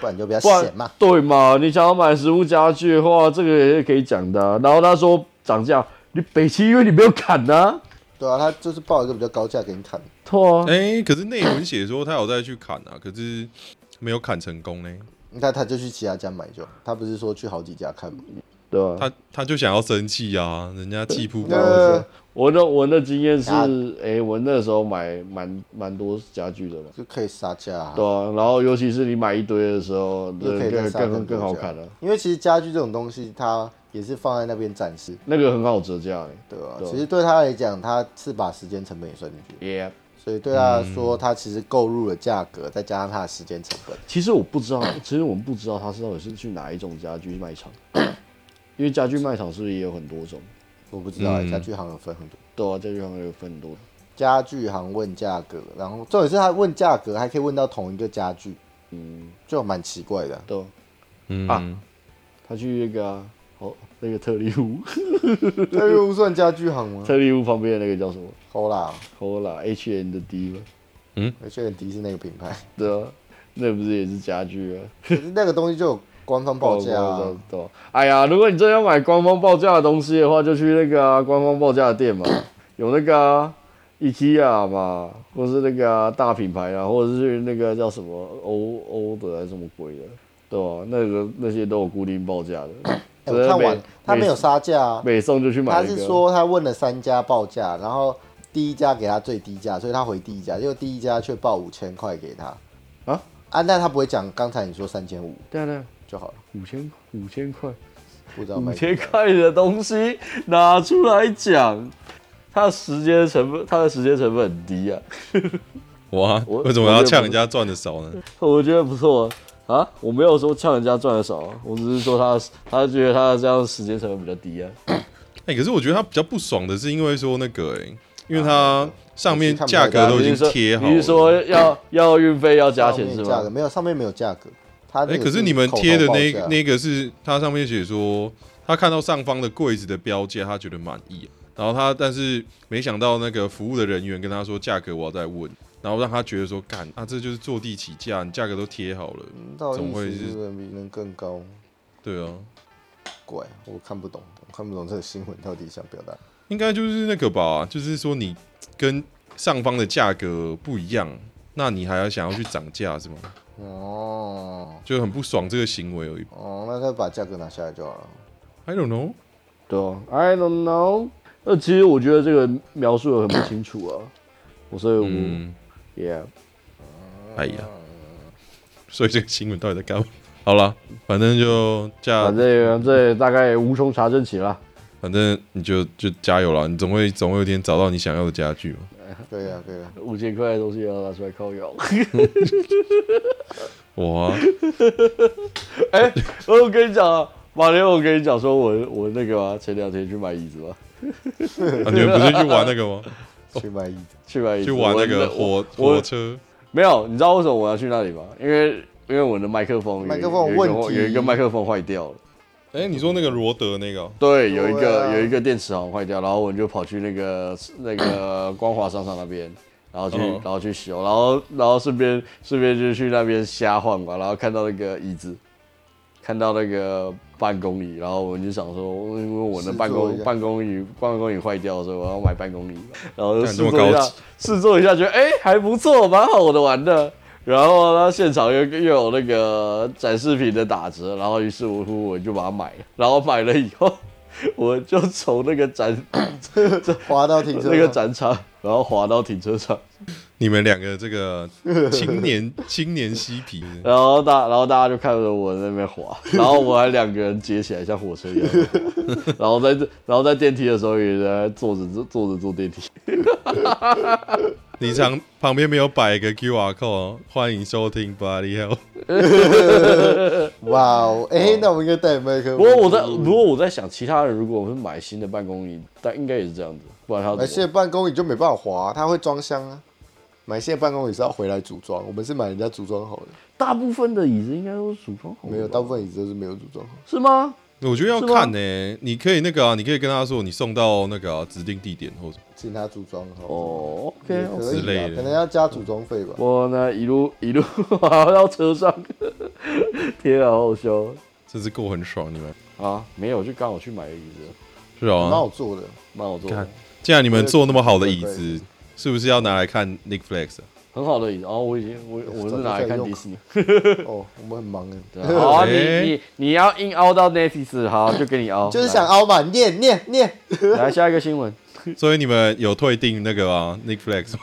[SPEAKER 3] 不然就比较
[SPEAKER 2] 不然
[SPEAKER 3] 闲嘛。
[SPEAKER 2] 对嘛？你想要买实物家具的话，这个也是可以讲的啊、然后他说涨价，你北七因为你没有砍呐、啊，
[SPEAKER 3] 对啊，他就是报一个比较高价给你砍。
[SPEAKER 2] 错啊，
[SPEAKER 1] 哎，可是内文写说他有再去砍啊，可是没有砍成功呢。
[SPEAKER 3] 你看，他就去其他家买就好，他不是说去好几家看吗？
[SPEAKER 2] 对啊吧、
[SPEAKER 1] 他他就想要生气啊，人家气噗噗。
[SPEAKER 3] 那
[SPEAKER 2] 我的我的经验是
[SPEAKER 3] 啊，
[SPEAKER 2] 哎、我那时候买蛮蛮多家具的嘛，
[SPEAKER 3] 就可以杀价啊，
[SPEAKER 2] 对啊，然后尤其是你买一堆的时候，
[SPEAKER 3] 又可
[SPEAKER 2] 对
[SPEAKER 3] 以再
[SPEAKER 2] 更
[SPEAKER 3] 杀
[SPEAKER 2] 更
[SPEAKER 3] 多
[SPEAKER 2] 更
[SPEAKER 3] 价
[SPEAKER 2] 好看了、
[SPEAKER 3] 因为其实家具这种东西，它也是放在那边展示，
[SPEAKER 2] 那个很好折价嘞、
[SPEAKER 3] 对吧、
[SPEAKER 2] 对啊
[SPEAKER 3] 其实对他来讲，他是把时间成本也算进去，
[SPEAKER 2] 耶、
[SPEAKER 3] 所以对他来
[SPEAKER 2] 嗯
[SPEAKER 3] 说，他其实购入了价格，再加上他的时间成本。
[SPEAKER 2] 其实我不知道，其实我们不知道他是到底是去哪一种家具 卖场，因为家具卖场是不是也有很多种？
[SPEAKER 3] 我不知道、欸
[SPEAKER 1] 嗯
[SPEAKER 3] 家具行有分很多，
[SPEAKER 2] 对啊，家具行有分很多。
[SPEAKER 3] 家具行问价格，然后重点是他问价格还可以问到同一个家具，嗯，就蛮奇怪的。
[SPEAKER 2] 对啊，
[SPEAKER 1] 嗯
[SPEAKER 2] 啊，他去那个啊哦、那个特利
[SPEAKER 3] 嗯
[SPEAKER 2] 屋，
[SPEAKER 3] 那又不算家具行吗？
[SPEAKER 2] 特利屋旁边的那个叫什么
[SPEAKER 3] 偷啦，
[SPEAKER 2] ？Hola H N 的 D 吗？嗯
[SPEAKER 3] 而且迪是那个品牌。
[SPEAKER 2] 对啊，那不是也是家具啊？
[SPEAKER 3] 可是那个东西就有官方报价啊，
[SPEAKER 2] 对啊哎呀，如果你真的 要买官方报价的东西的话，就去那个啊、官方报价的店嘛，有那个啊、 IKEA 嘛，或是那个啊、大品牌啊，或者是那个叫什么欧欧的还是什么鬼的，对吧、那个那些都有固定报价的。
[SPEAKER 3] 哎我看
[SPEAKER 2] 每
[SPEAKER 3] 完他没有杀价啊，
[SPEAKER 2] 每送就去买、
[SPEAKER 3] 他
[SPEAKER 2] 一个。
[SPEAKER 3] 是说他问了三家报价，然后第一家给他最低价，所以他回第一家，结果第一家却报五千块给他。
[SPEAKER 2] 啊
[SPEAKER 3] 啊，但他不会讲刚才你说三千五
[SPEAKER 2] 对啊对啊，
[SPEAKER 3] 就好了，
[SPEAKER 2] 五千五千块，
[SPEAKER 3] 不知道
[SPEAKER 2] 五
[SPEAKER 3] 卖
[SPEAKER 2] 千块的东西拿出来讲，它的时间成本，它的时间成本很低啊，
[SPEAKER 1] 哇，
[SPEAKER 2] 我
[SPEAKER 1] 为什么要呛人家赚的少呢？
[SPEAKER 2] 我觉得不错啊。啊我没有说呛人家赚的少啊，我只是说他他觉得他这样时间成本比较低啊。
[SPEAKER 1] 哎、可是我觉得他比较不爽的是因为说那个、哎，因为他上面价格
[SPEAKER 3] 这
[SPEAKER 1] 都已经
[SPEAKER 2] 你
[SPEAKER 1] 贴
[SPEAKER 2] 是
[SPEAKER 1] 好
[SPEAKER 2] 啊说
[SPEAKER 1] 了。欸
[SPEAKER 2] 你是说要要运费要加钱
[SPEAKER 3] 上
[SPEAKER 2] 是
[SPEAKER 3] 面价格
[SPEAKER 2] 吗？
[SPEAKER 3] 没有，上面没有价格。他
[SPEAKER 1] 哎、
[SPEAKER 3] 那个
[SPEAKER 1] 可是你们贴的
[SPEAKER 3] 口头
[SPEAKER 1] 那
[SPEAKER 3] 报价啊
[SPEAKER 1] 那个是，它上面写说他看到上方的柜子的标价，他觉得满意，啊然后他但是没想到那个服务的人员跟他说价格我要再问，然后让他觉得说干啊这就是坐地起价，你价格都贴好了，
[SPEAKER 3] 到
[SPEAKER 1] 总
[SPEAKER 3] 意
[SPEAKER 1] 会
[SPEAKER 3] 思
[SPEAKER 1] 是
[SPEAKER 3] 是人民币能更高，
[SPEAKER 1] 对啊，
[SPEAKER 3] 怪我看不懂，我看不懂这个新闻到底想表达。
[SPEAKER 1] 应该就是那个吧，就是说你跟上方的价格不一样，那你还要想要去涨价是吗？
[SPEAKER 3] 哦
[SPEAKER 1] 就很不爽这个行为而已。
[SPEAKER 3] 哦，那再把价格拿下来就好了。
[SPEAKER 1] I don't know，
[SPEAKER 2] 对啊，I don't know。那其实我觉得这个描述的很不清楚啊，我所以我、
[SPEAKER 1] 嗯，
[SPEAKER 2] yeah。
[SPEAKER 1] 哎呀，所以这个新闻到底在干嘛？好了，反正就价
[SPEAKER 2] 反正这大概也无从查证起了。
[SPEAKER 1] 反正你就就加油啦，你总会总会有一天找到你想要的家具嘛。
[SPEAKER 3] 对呀、对呀、
[SPEAKER 2] 五千块的东西要拿出来靠腰。
[SPEAKER 1] 哇，
[SPEAKER 2] 哎我跟你讲啊，马天，我跟你讲，说我我那个啊嘛，前两天去买椅子嘛，
[SPEAKER 1] 啊你们不是去玩那个 吗？
[SPEAKER 3] 去卖艺的。
[SPEAKER 2] 去买椅子，
[SPEAKER 1] 去玩那个
[SPEAKER 2] 我
[SPEAKER 1] 火
[SPEAKER 2] 我
[SPEAKER 1] 火车？
[SPEAKER 2] 没有，你知道为什么我要去那里吗？因为因为我的麦克风有一
[SPEAKER 3] 麦克风有问题
[SPEAKER 2] 有一个有一个麦克风坏掉了，
[SPEAKER 1] 哎，你说那个罗德那个 哦？
[SPEAKER 2] 对，有一
[SPEAKER 3] 对
[SPEAKER 2] 个、
[SPEAKER 3] 啊
[SPEAKER 2] 有一个电池好像坏掉，然后我就跑去那个那 个光华商场那边。然后去，
[SPEAKER 1] 嗯
[SPEAKER 2] 然后去修，然后，然后顺便顺便就去那边瞎晃嘛，然后看到那个椅子，看到那个办公椅，然后我就想说，因为我的办
[SPEAKER 3] 试坐一
[SPEAKER 2] 公
[SPEAKER 3] 下
[SPEAKER 2] 办公椅办公椅坏掉，所以我要买办公椅，然后就
[SPEAKER 1] 干
[SPEAKER 2] 试
[SPEAKER 1] 这么
[SPEAKER 2] 坐一
[SPEAKER 1] 高
[SPEAKER 2] 下
[SPEAKER 1] 级，
[SPEAKER 2] 试坐一下，觉得哎、还不错，蛮好的玩的。然后呢，现场又又有那个展示品的打折，然后于是乎我就把它买了，然后买了以后，我就从那 个展
[SPEAKER 3] 滑到停车
[SPEAKER 2] 那个
[SPEAKER 3] 场
[SPEAKER 2] 展场，然后滑到停车场，
[SPEAKER 1] 你们两个这个青年青年嬉皮，
[SPEAKER 2] 然后大然后大家就看着我在那边滑，然后我还两个人接起来像火车一样地滑，然后在这然后在电梯的时候也在坐着坐坐着坐电梯，
[SPEAKER 1] 你常旁边没有摆一个 QR code，哦欢迎收听 Body Hell。
[SPEAKER 3] 哇哦，哎、那我们应该带麦克风。
[SPEAKER 2] 不过我在，
[SPEAKER 3] 嗯
[SPEAKER 2] 不过我在想，其他人如果我们买新的办公椅，但应该也是这样子，不然他要
[SPEAKER 3] 买
[SPEAKER 2] 怎
[SPEAKER 3] 现
[SPEAKER 2] 么？
[SPEAKER 3] 在办公椅就没办法滑、它会装箱啊。买现在办公椅是要回来组装，我们是买人家组装好的，
[SPEAKER 2] 大部分的椅子应该都是组装好的吧，
[SPEAKER 3] 没有，大部分椅子都是没有组装好的。
[SPEAKER 2] 是吗？
[SPEAKER 1] 我觉得要
[SPEAKER 2] 是吗
[SPEAKER 1] 看呢、你可以那个啊，你可以跟他说你送到那个啊、指定地点或者
[SPEAKER 3] 请他组装好。
[SPEAKER 2] 哦
[SPEAKER 3] 也
[SPEAKER 2] ，OK，
[SPEAKER 3] 可
[SPEAKER 1] 之
[SPEAKER 3] 以
[SPEAKER 1] 类
[SPEAKER 3] 啊
[SPEAKER 1] 的，
[SPEAKER 3] 可能要加组装费吧。
[SPEAKER 2] 我呢一路一路 滑到车上， 天啊，好笑
[SPEAKER 1] 这次够很爽，你们
[SPEAKER 2] 啊！没有，就刚好去买个椅子，
[SPEAKER 1] 是
[SPEAKER 3] 蛮好
[SPEAKER 1] 啊。
[SPEAKER 3] 做的，
[SPEAKER 2] 蛮好坐的
[SPEAKER 1] 看，既然你们做那么好的椅
[SPEAKER 3] 对对
[SPEAKER 1] 子，是不是要拿来看 Netflix？、啊、
[SPEAKER 2] 很好的椅子。哦，我已经我
[SPEAKER 3] 哎
[SPEAKER 2] 我是拿来看迪 士尼。
[SPEAKER 3] 哦，我们很忙的。
[SPEAKER 2] 对啊好啊，你
[SPEAKER 1] 哎
[SPEAKER 2] 你你要硬凹到 Netflix，好，就给你凹。
[SPEAKER 3] 就是想凹嘛，念念念，
[SPEAKER 2] 来来下一个新闻，
[SPEAKER 1] 所以你们有退订那个啊 Netflix？吗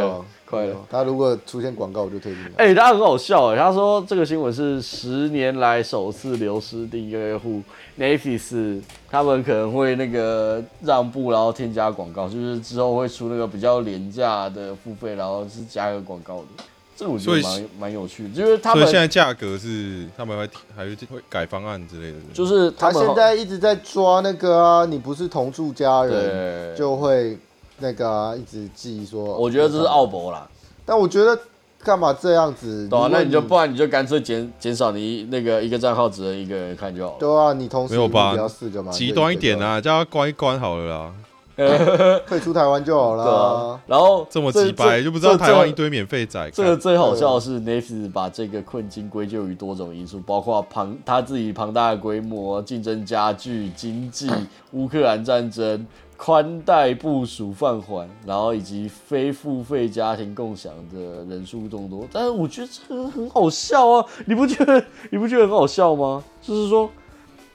[SPEAKER 3] 没有
[SPEAKER 2] 了
[SPEAKER 3] 啊
[SPEAKER 2] 快了。
[SPEAKER 3] 他如果出现广告，我就退订了。
[SPEAKER 2] 哎、他很好笑哎，他说这个新闻是十年来首次流失订阅户 Netflix，他们可能会那个让步，然后添加广告，就是之后会出那个比较廉价的付费，然后是加个广告的。这个我觉得
[SPEAKER 1] 所以
[SPEAKER 2] 蛮蛮有趣的，就是他
[SPEAKER 1] 所以
[SPEAKER 2] 们
[SPEAKER 1] 现在价格是他们还会还会会改方案之类的。
[SPEAKER 2] 就是是
[SPEAKER 3] 他
[SPEAKER 2] 们
[SPEAKER 3] 现在一直在抓那个啊，你不是同住家人，
[SPEAKER 2] 对，
[SPEAKER 3] 就会那个啊，一直记说。
[SPEAKER 2] 我觉得这是奥博啦，
[SPEAKER 3] 但我觉得干嘛这样子？
[SPEAKER 2] 懂啊？
[SPEAKER 3] 如果
[SPEAKER 2] 那你就不然你就干脆减减少你那个一个账号只能一个人看就好了。
[SPEAKER 3] 对啊，你同时
[SPEAKER 1] 没有吧
[SPEAKER 3] 你不要四个嘛，
[SPEAKER 1] 极端一点
[SPEAKER 3] 啊。
[SPEAKER 1] 啊，叫他关一关好了啦。
[SPEAKER 3] 退出台湾就好
[SPEAKER 2] 对啊
[SPEAKER 3] 啦。，
[SPEAKER 2] 然后
[SPEAKER 1] 这么几掰，就不知道台湾一堆免费仔。
[SPEAKER 2] 这个
[SPEAKER 1] 干
[SPEAKER 2] 最好笑的是，Netflix 把这个困境归咎于多种因素，包括庞他自己庞大的规模、竞争加剧、经济、乌克兰战争、宽带部署放缓，然后以及非付费家庭共享的人数众多。但是我觉得这个很好笑啊，你不觉得你不觉得很好笑吗？就是说。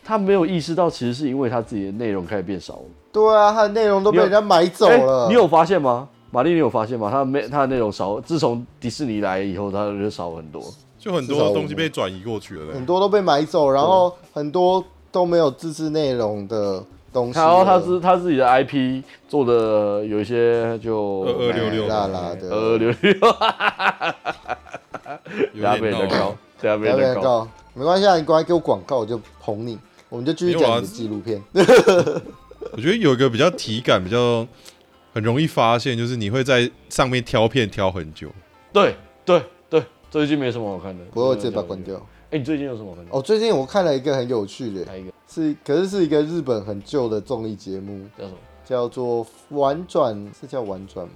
[SPEAKER 2] 他没有意识到，其实是因为他自己的内容开始变少了。
[SPEAKER 3] 对啊，它的内容都被人家买走了。
[SPEAKER 2] 欸你有发现吗？玛丽，你有发现吗？他没他的内容少，自从迪士尼来以后，他就少很多。
[SPEAKER 1] 就很多东西被转移过去了
[SPEAKER 3] 很
[SPEAKER 1] 嘞。
[SPEAKER 3] 多都被买走，然后很多都没有自制内容的东西了。
[SPEAKER 2] 然后他是他自己的 IP 做的有一些就
[SPEAKER 1] 2266
[SPEAKER 3] 啦啦
[SPEAKER 2] 二二
[SPEAKER 3] 哎的，
[SPEAKER 2] 六六，
[SPEAKER 1] 有
[SPEAKER 2] 大家被
[SPEAKER 1] 点
[SPEAKER 2] 人
[SPEAKER 1] 闹
[SPEAKER 2] 高
[SPEAKER 1] 啊。，
[SPEAKER 2] 大家被
[SPEAKER 3] 不要被
[SPEAKER 2] 人高。
[SPEAKER 3] 告，没关系啊，你过来给我广告，我就捧你，我们就继续
[SPEAKER 1] 没有啊
[SPEAKER 3] 讲你的纪录片。
[SPEAKER 1] 我觉得有一个比较体感，比较很容易发现，就是你会在上面挑片挑很久。
[SPEAKER 2] 对对对，最近没什么好看的。
[SPEAKER 3] 不过我直接把它关掉。
[SPEAKER 2] 哎、你最近有什么好看的？哦
[SPEAKER 3] 哦，最近我看了一个很有趣的，
[SPEAKER 2] 哪一个
[SPEAKER 3] 是可是是一个日本很旧的综艺节目，
[SPEAKER 2] 叫什么？
[SPEAKER 3] 叫做《玩转》，是叫《玩转》吗？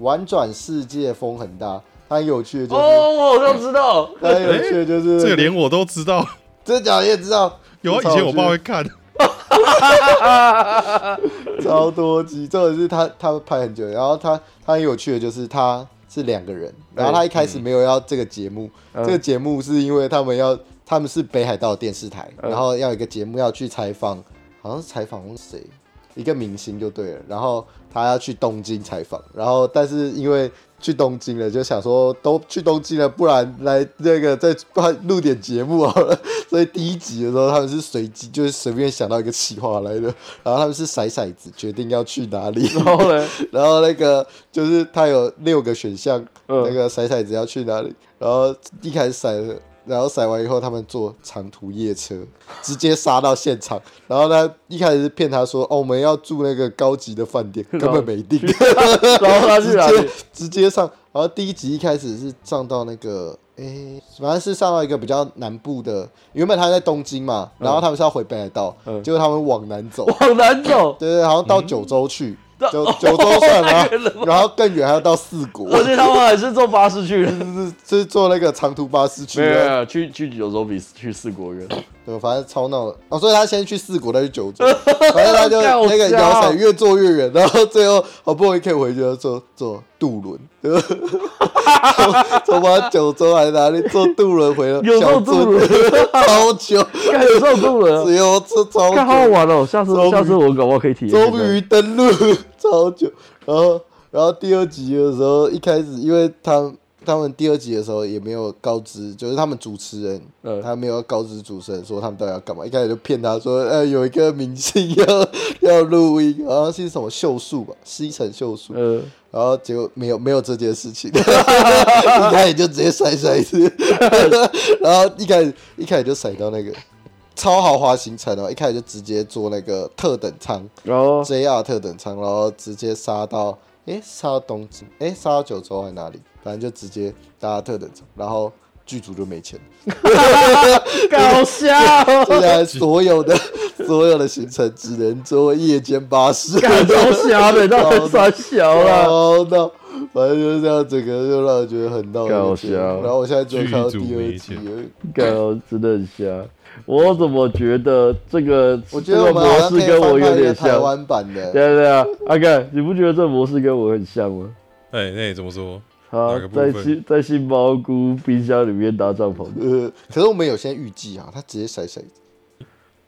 [SPEAKER 3] 《玩转世界》风很大，它很有趣的就是，
[SPEAKER 2] 哦，我好像知道。
[SPEAKER 3] 它很有趣的就是
[SPEAKER 1] 这个连我都知道，
[SPEAKER 3] 真假的也知道，
[SPEAKER 1] 有啊，
[SPEAKER 3] 超
[SPEAKER 1] 以前我
[SPEAKER 3] 趣
[SPEAKER 1] 爸会看。
[SPEAKER 3] 超多集，重点是他他拍很久，然后他他很有趣的就是他是两个人，
[SPEAKER 1] 嗯
[SPEAKER 3] 然后他一开始没有要这个节目，
[SPEAKER 2] 嗯
[SPEAKER 3] 这个节目是因为他们要他们是北海道电视台，
[SPEAKER 2] 嗯
[SPEAKER 3] 然后要有一个节目要去采访，好像是采访谁一个明星就对了，然后他要去东京采访，然后但是因为。去东京了，就想说都去东京了，不然来那个再录点节目好了。所以第一集的时候，他们是随机，就是随便想到一个企划来的，然后他们是骰骰子决定要去哪里，
[SPEAKER 2] 然后呢？
[SPEAKER 3] 然后那个就是他有六个选项，
[SPEAKER 2] 嗯
[SPEAKER 3] 那个骰骰子要去哪里，然后一开始骰了。然后骰完以后，他们坐长途夜车，直接杀到现场。 然后他一开始是骗他说：“哦，我们要住那个高级的饭 店，根本没订。”
[SPEAKER 2] 然后他去
[SPEAKER 3] 直
[SPEAKER 2] 哪
[SPEAKER 3] 接
[SPEAKER 2] 里？
[SPEAKER 3] 直接上。然后第一集一开始是上到那个，诶、反正是上到一个比较南部的。原本他在东京嘛，然后他们是要回北海道，
[SPEAKER 2] 嗯
[SPEAKER 3] 结果他们往南走，
[SPEAKER 2] 往南走。
[SPEAKER 3] 对对，好像到九州去，
[SPEAKER 2] 嗯
[SPEAKER 3] 九
[SPEAKER 2] 哦
[SPEAKER 3] 九州算 了，然后更远还要到四国，
[SPEAKER 2] 我觉得他们还是坐巴士去的。
[SPEAKER 3] 就是就是坐那个长途巴士去
[SPEAKER 2] 没有没有没
[SPEAKER 3] 的，
[SPEAKER 2] 有，去去九州比去四国远。
[SPEAKER 3] 对，反正超闹的。哦，所以他先去四国，再去九 州，反正他就
[SPEAKER 2] 干我
[SPEAKER 3] 那个
[SPEAKER 2] 笑
[SPEAKER 3] 摇伞越坐越远，然后最后好不容易可以回去，坐坐渡轮。从从把九州还是哪里坐渡轮回了，
[SPEAKER 2] 有时
[SPEAKER 3] 小
[SPEAKER 2] 候渡
[SPEAKER 3] 樽
[SPEAKER 2] 轮，
[SPEAKER 3] 超 久，
[SPEAKER 2] 看有时候渡 轮，
[SPEAKER 3] 只有这超
[SPEAKER 2] 啊看好好
[SPEAKER 3] 久，
[SPEAKER 2] 玩哦。下次
[SPEAKER 3] 终于
[SPEAKER 2] 下次我搞不好可以体验看看。
[SPEAKER 3] 终于登陆， 超久。然后，然后第二集的时候，一开始因为他他们第二集的时候也没有告知，就是他们主持人
[SPEAKER 2] 嗯
[SPEAKER 3] 他没有告知主持人说他们到底要干嘛，一开始就骗他说，呃，有一个明星要 要录音，好像是什么秀树吧，西城秀树，
[SPEAKER 2] 呃，
[SPEAKER 3] 然后结果没有没有这件事情， 一开始就直接甩甩一次， 然后一开始一开始就甩到那个超豪华行程哦，一开始就直接坐那个特等舱
[SPEAKER 2] 然后
[SPEAKER 3] ，JR 特等舱，然后直接杀到，诶，杀到东京，诶，杀到九州还哪里，反正就直接搭特等舱，然后剧组就没钱。
[SPEAKER 2] 搞笑，
[SPEAKER 3] 接下来所有的所有的行程只能坐夜间巴士，
[SPEAKER 2] 搞笑的，那很傻笑啦。
[SPEAKER 3] 好闹，反正就是这样，整个就让人觉得很闹的
[SPEAKER 2] 搞
[SPEAKER 3] 一个节目。
[SPEAKER 2] 笑
[SPEAKER 3] 然后我现在只有看到
[SPEAKER 1] 剧组
[SPEAKER 3] 第二
[SPEAKER 1] 没
[SPEAKER 3] 集
[SPEAKER 1] 钱
[SPEAKER 3] 而已。
[SPEAKER 2] 搞真的很瞎。我怎么觉得这个
[SPEAKER 3] 我觉
[SPEAKER 2] 这
[SPEAKER 3] 得
[SPEAKER 2] 个
[SPEAKER 3] 我们好
[SPEAKER 2] 模
[SPEAKER 3] 像可
[SPEAKER 2] 式
[SPEAKER 3] 以
[SPEAKER 2] 跟我
[SPEAKER 3] 翻
[SPEAKER 2] 有
[SPEAKER 3] 拍一个
[SPEAKER 2] 点
[SPEAKER 3] 台
[SPEAKER 2] 像？
[SPEAKER 3] 湾版的。
[SPEAKER 2] 对啊对啊，阿盖，你不觉得这模式跟我很像吗？
[SPEAKER 1] 哎，那你怎么说？
[SPEAKER 2] 啊
[SPEAKER 1] 哪个，部
[SPEAKER 2] 在
[SPEAKER 1] 分
[SPEAKER 2] 杏在杏鲍菇冰箱里面搭帐篷，
[SPEAKER 3] 呃，可是我们有些预计啊，他直接甩甩，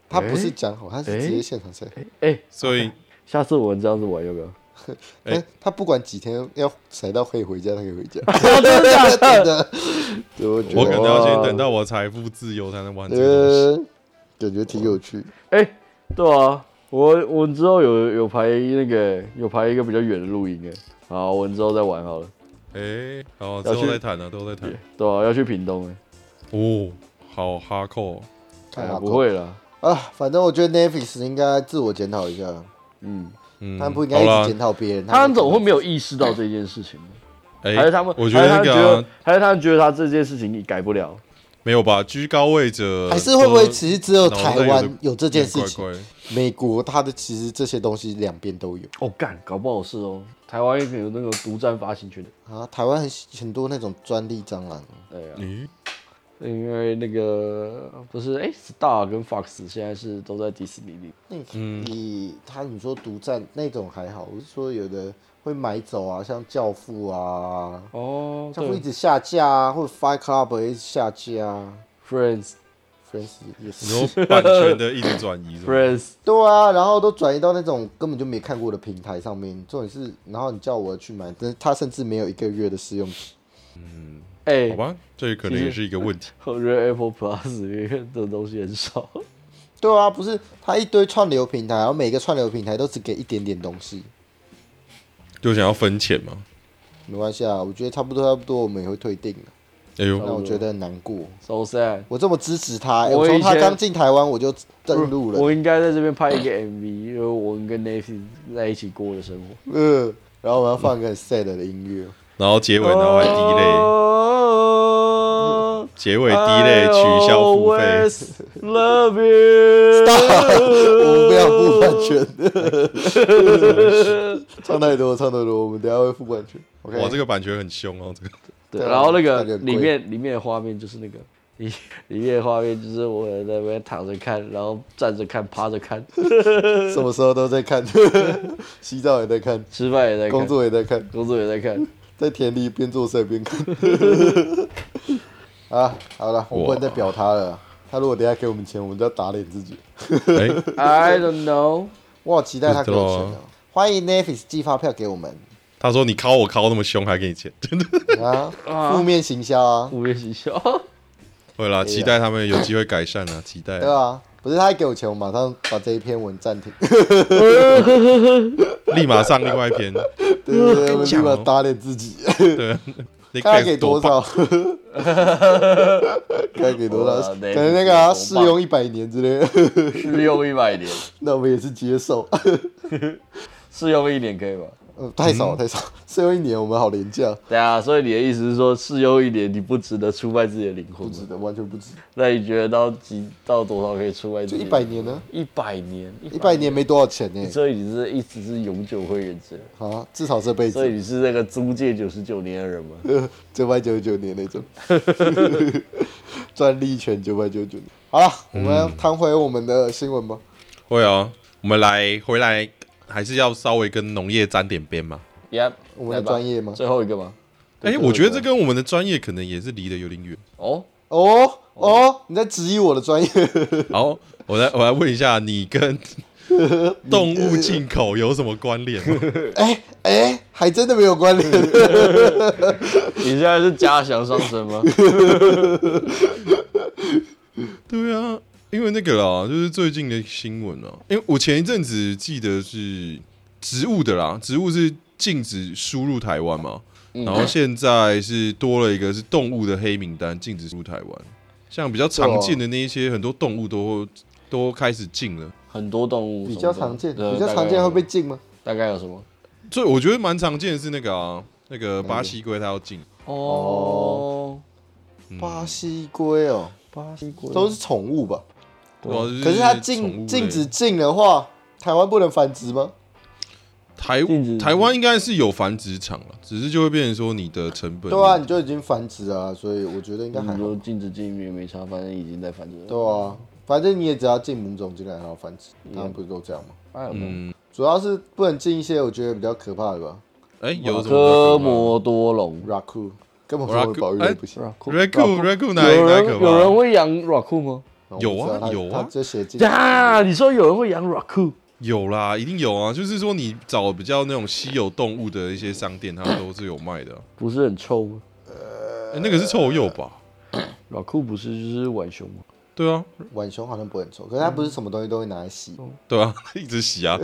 [SPEAKER 3] 他不是讲好，他是直接现场甩。
[SPEAKER 2] 哎、
[SPEAKER 1] 所以
[SPEAKER 2] 下次我们这样子玩要不要？
[SPEAKER 1] 哎
[SPEAKER 3] 哎，他不管几天要甩到可以回家，他可以回 家。
[SPEAKER 2] 真的假
[SPEAKER 3] 真
[SPEAKER 2] 的？
[SPEAKER 3] 的，对，我觉
[SPEAKER 1] 我
[SPEAKER 3] 得
[SPEAKER 1] 可能
[SPEAKER 2] 啊
[SPEAKER 1] 要先等到我财富自由才能玩这个东西。
[SPEAKER 3] 呃，感觉挺有趣。
[SPEAKER 2] 哎、对啊，我我们之后有有排那个有排一个比较远的露营哎，好，我们之后再玩好了。
[SPEAKER 1] 哎，好，之
[SPEAKER 2] 要去
[SPEAKER 1] 后再谈了，之后再谈。
[SPEAKER 2] 对啊，要去屏东哎、
[SPEAKER 1] 哦，好哈扣，
[SPEAKER 3] 看
[SPEAKER 2] 哎
[SPEAKER 3] 好
[SPEAKER 2] 呀不会啦，
[SPEAKER 3] 啊，反正我觉得 Netflix 应该自我检讨一下，
[SPEAKER 2] 嗯，
[SPEAKER 1] 嗯，
[SPEAKER 3] 他们不应该
[SPEAKER 1] 好
[SPEAKER 3] 一直
[SPEAKER 1] 啦
[SPEAKER 3] 检讨别人。
[SPEAKER 2] 他们怎么会没有意识到这件事情呢？
[SPEAKER 1] 哎
[SPEAKER 2] 还是他们，
[SPEAKER 1] 我觉得
[SPEAKER 2] 还
[SPEAKER 1] 那
[SPEAKER 2] 是他们
[SPEAKER 1] 个
[SPEAKER 2] 觉
[SPEAKER 1] 啊
[SPEAKER 2] 得，还是他们觉得他这件事情改不了，
[SPEAKER 1] 没有吧？居高位者
[SPEAKER 3] 还是会不会
[SPEAKER 1] 都
[SPEAKER 3] 其实只有台
[SPEAKER 1] 脑袋
[SPEAKER 3] 湾
[SPEAKER 1] 有
[SPEAKER 3] 有这件事情？
[SPEAKER 1] 怪怪
[SPEAKER 3] 美国它的其实这些东西两边都有
[SPEAKER 2] 哦，干，搞不好是哦，台湾也可能有那种独占发行权的。
[SPEAKER 3] 啊。台湾很很多那种专利蟑螂，
[SPEAKER 2] 对啊，
[SPEAKER 1] 咦，
[SPEAKER 2] 因为那个不是哎、s t a r 跟 Fox 现在是都在迪士尼里。
[SPEAKER 3] 那
[SPEAKER 1] 嗯
[SPEAKER 3] 你他你说独占那种还好，我是说有的会买走啊，像教父啊，
[SPEAKER 2] 哦，
[SPEAKER 3] 教父一
[SPEAKER 2] 对
[SPEAKER 3] 直下架啊，或者 Fight Club 也一直下架啊
[SPEAKER 2] ，Friends
[SPEAKER 3] ，Friends 也
[SPEAKER 1] 你
[SPEAKER 3] 是。
[SPEAKER 1] 说版权的一直转移是吧？
[SPEAKER 2] Friends，
[SPEAKER 3] 对啊，然后都转移到那种根本就没看过的平台上面。重点是，然后你叫我去买，但是他甚至没有一个月的试用期。
[SPEAKER 2] 哎、
[SPEAKER 1] 好吧，这可能也是一个问题。
[SPEAKER 2] 我觉得 Apple Plus 里面的东西很少。
[SPEAKER 3] 对啊，不是他一堆串流平台，然后每个串流平台都只给一点点东西。
[SPEAKER 1] 就想要分钱嘛？
[SPEAKER 3] 没关系啊，我觉得差不多差不多，我们也会退订的。
[SPEAKER 1] 哎
[SPEAKER 3] 那
[SPEAKER 2] 哦
[SPEAKER 1] 呦，
[SPEAKER 3] 我觉得很难过。
[SPEAKER 2] So sad。
[SPEAKER 3] 我这么支持他，欸
[SPEAKER 2] 我
[SPEAKER 3] 我
[SPEAKER 2] 以
[SPEAKER 3] 从他
[SPEAKER 2] 前
[SPEAKER 3] 刚进台湾我就登录了，
[SPEAKER 2] 我应该在这边拍一个 MV，因为我们跟 Nathan 在一起过的生活。
[SPEAKER 3] 嗯，然后我要放一个很 sad 的音乐，
[SPEAKER 1] 然后结尾然后还滴泪，
[SPEAKER 2] 哦
[SPEAKER 1] 结尾滴泪取消付费
[SPEAKER 3] 哎
[SPEAKER 2] I。always Love you。
[SPEAKER 3] 我们不要付版权， 唱太多，唱太多，我们等一下会付版权。OK，
[SPEAKER 1] 哇，这个版权很凶哦，这个
[SPEAKER 2] 对，
[SPEAKER 3] 对啊
[SPEAKER 2] 然后那个
[SPEAKER 3] 感觉很贵
[SPEAKER 2] 里面里面的画面就是那个 里里面的画面就是我在那边躺着看，然后站着看，趴着看，
[SPEAKER 3] 什么时候都在看， 洗澡也在看，
[SPEAKER 2] 吃饭也在看，
[SPEAKER 3] 工作也在看，
[SPEAKER 2] 工作也在看。
[SPEAKER 3] 在田里边做事边看。 啊，好了，我不能再表他了。他如果等一下给我们钱，我们就要打脸自己。
[SPEAKER 1] 哎，
[SPEAKER 2] I don't know。
[SPEAKER 3] 我好期待他给我钱
[SPEAKER 1] 不知
[SPEAKER 3] 哦
[SPEAKER 1] 道！
[SPEAKER 3] 欢迎 Neffis 寄发票给我们
[SPEAKER 1] 他说你敲我敲那么凶，还给你钱，
[SPEAKER 3] 啊！负面行销啊，
[SPEAKER 1] 嗯
[SPEAKER 2] 无面喜笑，
[SPEAKER 1] 会啦，期待他们有机会改善啊，期待
[SPEAKER 3] 对。啊，不是他一给我钱，我马上把这一篇文暂停。
[SPEAKER 1] 立马上另外一篇。
[SPEAKER 3] 对对对，我立
[SPEAKER 1] 讲
[SPEAKER 3] 马
[SPEAKER 1] 哦
[SPEAKER 3] 打脸自己。
[SPEAKER 1] 对，你
[SPEAKER 3] 看他给多
[SPEAKER 1] 棒？
[SPEAKER 3] 少？ 看他给多
[SPEAKER 5] 哇
[SPEAKER 3] 少？可
[SPEAKER 5] 那
[SPEAKER 3] 能那个啊
[SPEAKER 5] 多棒
[SPEAKER 3] 试用一百年之类 的，
[SPEAKER 5] 试用一百年，
[SPEAKER 3] 那我们也是接受。
[SPEAKER 5] 试用一年可以吧？
[SPEAKER 3] 呃太
[SPEAKER 5] 嗯
[SPEAKER 3] 少太少，试用一年我们好廉价，
[SPEAKER 5] 对啊，所以你的意思是说，试用一年你不值得出卖自己的灵
[SPEAKER 3] 不
[SPEAKER 5] 魂
[SPEAKER 3] 值
[SPEAKER 5] 吗？
[SPEAKER 3] 得，完全不值，
[SPEAKER 5] 那你觉得到几到多少可以出卖自
[SPEAKER 3] 就
[SPEAKER 5] 己的灵
[SPEAKER 3] 一百
[SPEAKER 5] 魂？
[SPEAKER 3] 年呢？
[SPEAKER 5] 一百年，一
[SPEAKER 3] 一百年没多少钱呢、
[SPEAKER 5] 所以你是一直是永久会员制，
[SPEAKER 3] 啊，至少这辈
[SPEAKER 5] 所以
[SPEAKER 3] 子
[SPEAKER 5] 你是那个租借九十九年的人吗？
[SPEAKER 3] 九百九十九年那种， 专利权九百九十九年。好了，我们
[SPEAKER 5] 嗯
[SPEAKER 3] 要谈回我们的新闻吧。
[SPEAKER 1] 会啊，我们来回来还是要稍微跟农业沾点边嘛。
[SPEAKER 5] 呀，
[SPEAKER 3] 我们的专业吗
[SPEAKER 5] 最后一个吗？
[SPEAKER 1] 哎，我觉得这跟我们的专业可能也是离得有 点远。
[SPEAKER 5] 哦，
[SPEAKER 3] 哦哦，你在质疑我的专业？
[SPEAKER 1] 好，我来我来问一下，你跟动物进口有什么关联吗？
[SPEAKER 3] 哎哎，还真的没有关联。
[SPEAKER 5] 你现在是假想上升吗？
[SPEAKER 1] 对啊，因为那个啦，就是最近的新闻啊。因为我前一阵子记得是植物的啦，植物是禁止输入台湾嘛，
[SPEAKER 3] 嗯
[SPEAKER 1] 然后现在是多了一个是动物的黑名单，禁止输入台湾。像比较常见的那一些，很多动物都都开始禁了，
[SPEAKER 5] 很多动物
[SPEAKER 3] 比较
[SPEAKER 5] 什么
[SPEAKER 3] 常见，
[SPEAKER 5] 的对
[SPEAKER 3] 比较
[SPEAKER 5] 大概
[SPEAKER 3] 常见
[SPEAKER 5] 有
[SPEAKER 3] 会被禁吗？
[SPEAKER 5] 大概有什么？
[SPEAKER 1] 所以我觉得蛮常见的是那个啊，那个巴西龟它要禁，
[SPEAKER 5] 哦，
[SPEAKER 3] 巴西龟哦，
[SPEAKER 5] 巴西龟
[SPEAKER 3] 都是宠物吧？
[SPEAKER 1] 对啊
[SPEAKER 3] 嗯可是它
[SPEAKER 1] 宠物类
[SPEAKER 3] 禁禁止禁的话，台湾不能繁殖吗？
[SPEAKER 1] 台
[SPEAKER 5] 禁止
[SPEAKER 1] 台湾应该是有繁殖场了，只是就会变成说你的成本
[SPEAKER 3] 对啊，你就已经繁殖了啊，所以我觉得应该还
[SPEAKER 5] 你
[SPEAKER 3] 好。
[SPEAKER 2] 嗯
[SPEAKER 5] 说禁止禁欲没差，反正已经在繁殖了。
[SPEAKER 3] 对啊，反正你也只要进母种进来，然后繁殖，他们不是都这样吗？
[SPEAKER 5] 哎呦
[SPEAKER 1] 嗯，
[SPEAKER 3] 主要是不能进一些我觉得比较可怕的吧
[SPEAKER 1] 哎、有什么
[SPEAKER 5] 科摩多龙
[SPEAKER 3] r a c o o 根本我的保育
[SPEAKER 1] 哎
[SPEAKER 3] 类不行。
[SPEAKER 1] Raccoon Raccoon 哪里
[SPEAKER 5] 有
[SPEAKER 1] 哪
[SPEAKER 5] 人
[SPEAKER 1] 里可怕？
[SPEAKER 5] 有人会养 Raku 吗？
[SPEAKER 3] 然后我不知
[SPEAKER 1] 有啊
[SPEAKER 3] 道它
[SPEAKER 1] 有啊
[SPEAKER 3] 它就写进
[SPEAKER 5] 呀，你说有人会养 Raku？
[SPEAKER 1] 有啦，一定有啊！就是说你找比较那种稀有动物的一些商店，他们都是有卖的啊、
[SPEAKER 5] 不是很臭吗
[SPEAKER 3] 呃
[SPEAKER 1] 哎那个是臭鼬吧？
[SPEAKER 5] ？Raku 不是就是浣熊 吗？
[SPEAKER 1] 对啊，
[SPEAKER 3] 浣熊好像不会很臭，可是它不是什么东西都会拿来洗，
[SPEAKER 1] 对啊， 一直洗啊！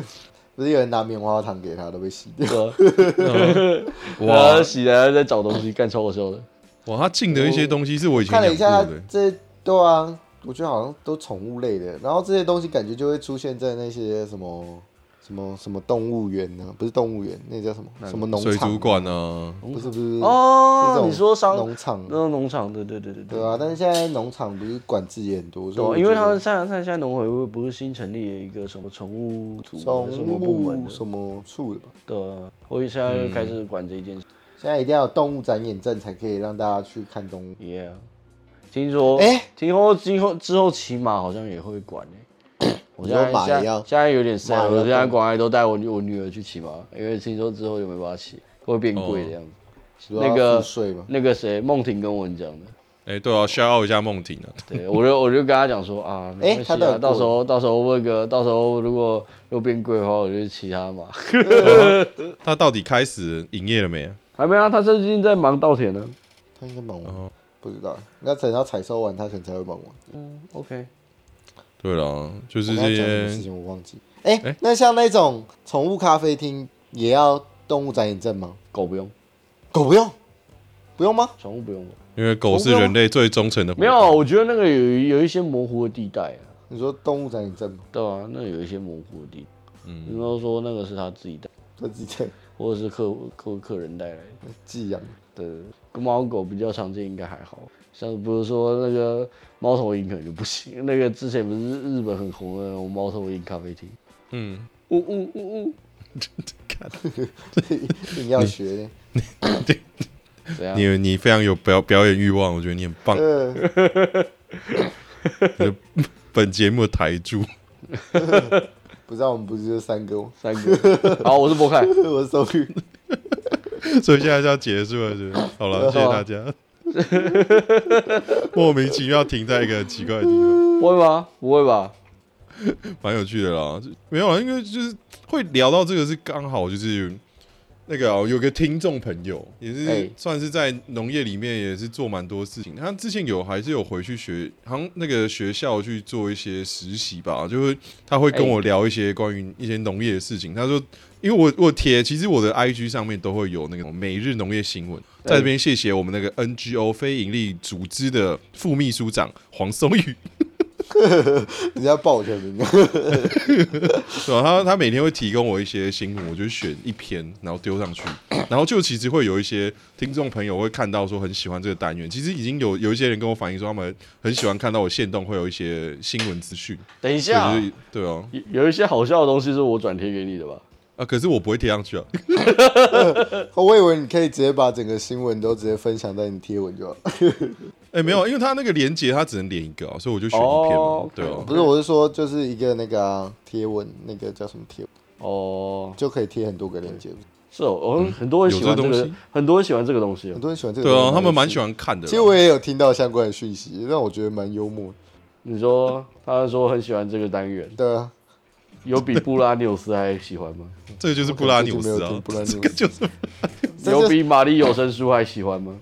[SPEAKER 3] 不是有人拿棉花糖给它都被洗掉。
[SPEAKER 2] 啊
[SPEAKER 1] 哇
[SPEAKER 3] 嗯
[SPEAKER 5] 哇，洗来在找东西，干超好笑的。
[SPEAKER 1] 哇，他进的一些东西是我以前
[SPEAKER 3] 看了一下
[SPEAKER 1] 养
[SPEAKER 3] 它
[SPEAKER 1] 过的，
[SPEAKER 3] 这对啊，我觉得好像都宠物类的，然后这些东西感觉就会出现在那些什么。什么什么动物园呢、不是动物园，那叫什么什么农
[SPEAKER 1] 水
[SPEAKER 3] 场？
[SPEAKER 1] 族馆啊，
[SPEAKER 3] 不是不是是这
[SPEAKER 2] 哦，
[SPEAKER 3] 种
[SPEAKER 2] 你说商
[SPEAKER 3] 农场
[SPEAKER 2] 那种农场，对对对对对
[SPEAKER 3] 对啊，但是现在农场不是管制也很多，
[SPEAKER 2] 对
[SPEAKER 3] 所
[SPEAKER 2] 啊，
[SPEAKER 3] 以
[SPEAKER 2] 因
[SPEAKER 3] 我
[SPEAKER 2] 为
[SPEAKER 3] 觉
[SPEAKER 2] 他
[SPEAKER 3] 得
[SPEAKER 2] 们现在现在农委会不是新成立了一个什么宠物组还是什
[SPEAKER 3] 宠
[SPEAKER 2] 么部门
[SPEAKER 3] 物
[SPEAKER 2] 的，
[SPEAKER 3] 什么处的吧，
[SPEAKER 2] 对啊，所以现在就开始管这一件事。
[SPEAKER 3] 现在一定要有动物展演证才可以让大家去看动物。
[SPEAKER 2] Yeah，听说，
[SPEAKER 3] 哎
[SPEAKER 2] 听说今后之后骑马好像也会管欸 我现在
[SPEAKER 3] 你说马
[SPEAKER 2] 现在
[SPEAKER 3] 也要
[SPEAKER 2] 现在有点 sad，
[SPEAKER 3] 马也要
[SPEAKER 2] 我现在
[SPEAKER 3] 动
[SPEAKER 2] 广爱都带我女我女儿去骑马，因为听说之后就没办法骑，会
[SPEAKER 3] 哦
[SPEAKER 2] 变贵的样子。那
[SPEAKER 3] 主要
[SPEAKER 2] 个
[SPEAKER 3] 要付税嘛，
[SPEAKER 2] 那个谁，梦婷跟我讲的，
[SPEAKER 1] 哎，对啊，笑傲一下梦婷啊，
[SPEAKER 2] 对 我就我就跟他讲说啊，没关系
[SPEAKER 3] 他都有过
[SPEAKER 2] 啊，到时候到时候问个，到时候如果又变贵的话，我就骑他马。
[SPEAKER 1] 他到底开始营业了没啊？
[SPEAKER 2] 还没啊，他最近在忙稻田呢。
[SPEAKER 3] 他应该忙
[SPEAKER 1] 哦
[SPEAKER 3] 完，不知道，那等他采收完，他可能才会忙完。
[SPEAKER 2] OK，
[SPEAKER 1] 对了，就是
[SPEAKER 3] 我刚
[SPEAKER 1] 这
[SPEAKER 3] 刚讲什么事
[SPEAKER 1] 些，
[SPEAKER 3] 情我忘记。哎、
[SPEAKER 1] 哎
[SPEAKER 3] 那像那种宠物咖啡厅也要动物展演证吗？
[SPEAKER 2] 狗不用，
[SPEAKER 3] 狗不用，不用吗？
[SPEAKER 2] 宠物不用。
[SPEAKER 1] 因为狗是人类最忠诚的伙
[SPEAKER 2] 没
[SPEAKER 1] 伴
[SPEAKER 2] 有，我觉得那个有有一些模糊的地带啊。
[SPEAKER 3] 你说动物展演证吗？
[SPEAKER 2] 对啊，那有一些模糊的地，嗯，你都说那个是他自己带，
[SPEAKER 3] 他自己在
[SPEAKER 2] 或者是客户客客人带来的。
[SPEAKER 3] 寄养，
[SPEAKER 2] 对，跟猫狗比较常见，应该还好。像比如说那个猫头鹰可能就不行，那个之前不是日本很红的那种猫头鹰咖啡厅，
[SPEAKER 1] 嗯，
[SPEAKER 2] 呜呜呜呜，
[SPEAKER 3] 硬要学。
[SPEAKER 2] 怎样？
[SPEAKER 1] 你你非常有表表演欲望，我觉得你很棒，
[SPEAKER 3] 呃，
[SPEAKER 1] 本节目的台柱。
[SPEAKER 3] 不知道我们不是就三个吗？
[SPEAKER 2] 三个，好，我是博凯，
[SPEAKER 3] 我手语，
[SPEAKER 1] 所以现在就要结束了，是不是？好了，谢谢大家。莫名其妙停在一个很奇怪的地方，
[SPEAKER 2] 不会吧？不会吧？
[SPEAKER 1] 蛮有趣的啦。没有啊，因为就是会聊到这个是刚好就是那个、啊、有个听众朋友也是
[SPEAKER 2] 哎
[SPEAKER 1] 算是在农业里面也是做蛮多事情。他之前有还是有回去学，好像那个学校去做一些实习吧，就是他会跟我聊一些关于一些农业的事情。他说，因为我我贴，其实我的 IG 上面都会有那个每日农业新闻。在这边谢谢我们那个 NGO 非营利组织的副秘书长黄松宇，
[SPEAKER 3] 人家报我全名，
[SPEAKER 1] 对啊，他他每天会提供我一些新闻，我就选一篇，然后丢上去，然后就其实会有一些听众朋友会看到说很喜欢这个单元，其实已经有有一些人跟我反映说他们很喜欢看到我现动会有一些新闻资讯，
[SPEAKER 2] 等一
[SPEAKER 1] 对
[SPEAKER 2] 下
[SPEAKER 1] 就，是对哦、
[SPEAKER 2] 有有一些好笑的东西是我转贴给你的吧？
[SPEAKER 1] 啊，可是我不会贴上去啊，
[SPEAKER 3] 我以为你可以直接把整个新闻都直接分享在你贴文就好。
[SPEAKER 1] 哎、没有，因为他那个连接他只能连一个啊，所以我就选一篇嘛，
[SPEAKER 2] 哦
[SPEAKER 1] 对哦、
[SPEAKER 3] 不是，我是说就是一个那个啊贴、文，那个叫什么贴文，
[SPEAKER 2] 哦，
[SPEAKER 3] 就可以贴很多个链接。
[SPEAKER 2] 是哦，哦很多人喜欢
[SPEAKER 1] 嗯
[SPEAKER 2] 这
[SPEAKER 1] 有这
[SPEAKER 2] 个
[SPEAKER 1] 东西，
[SPEAKER 2] 很多人喜欢这个东西哦
[SPEAKER 3] 很。多人喜欢这个，
[SPEAKER 1] 对哦、他们蛮喜。欢看的啦。
[SPEAKER 3] 其实我也有听到相关的讯息，让我觉得蛮幽默的。
[SPEAKER 2] 你说，他说很喜欢这个单元，
[SPEAKER 3] 对啊，
[SPEAKER 2] 有比布拉纽斯还喜欢吗？
[SPEAKER 1] 这个就是布拉纽斯
[SPEAKER 3] 我可能最
[SPEAKER 1] 啊
[SPEAKER 3] 近没有听布拉，纽斯
[SPEAKER 1] 这个 就是
[SPEAKER 3] 这就
[SPEAKER 2] 有
[SPEAKER 3] 是
[SPEAKER 2] 比玛丽有声书还喜欢 吗？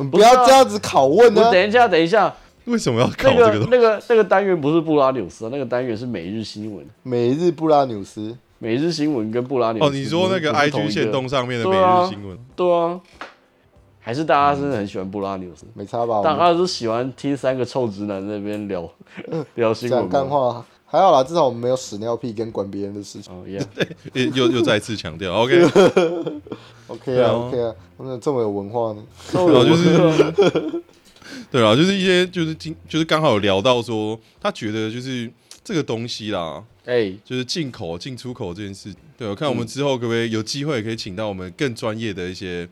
[SPEAKER 3] 你不要这样子拷问啊
[SPEAKER 2] 我
[SPEAKER 3] 呢、
[SPEAKER 2] 等一下，等一下，
[SPEAKER 1] 为什么要搞
[SPEAKER 2] 那
[SPEAKER 1] 这个
[SPEAKER 2] 个
[SPEAKER 1] 东西？
[SPEAKER 2] 那个那个单元不是布拉纽斯啊，那个单元是每日新闻，
[SPEAKER 3] 每日布拉纽斯，
[SPEAKER 2] 每日新闻跟布拉纽斯
[SPEAKER 1] 哦，你说那个
[SPEAKER 2] 不是同一
[SPEAKER 1] IG 线动上面的每
[SPEAKER 2] 对啊
[SPEAKER 1] 日新闻，
[SPEAKER 2] 对啊，还是大家真的很喜欢布拉纽斯？
[SPEAKER 3] 没差吧？我
[SPEAKER 2] 大
[SPEAKER 3] 们
[SPEAKER 2] 家是喜欢听三个臭直男在那 边聊聊新闻
[SPEAKER 3] 讲
[SPEAKER 2] 吗
[SPEAKER 3] 干。话还好啦，至少我们没有屎尿屁跟管别人的事情。
[SPEAKER 2] 哦，yeah，
[SPEAKER 1] 欸又又再次强调，OK，
[SPEAKER 3] OK
[SPEAKER 1] 对
[SPEAKER 3] 啊
[SPEAKER 1] 啊
[SPEAKER 3] ，OK 啊，我们这么有文化呢？
[SPEAKER 2] 臭
[SPEAKER 1] 然后
[SPEAKER 2] 有
[SPEAKER 1] 哦就是，对啦，就是一些就是今就是刚好有聊到说，他觉得就是这个东西啦，
[SPEAKER 2] 哎，
[SPEAKER 1] 就是进口进出口这件事，对我看我们之后可不可以有机会可以请到我们更专业的一些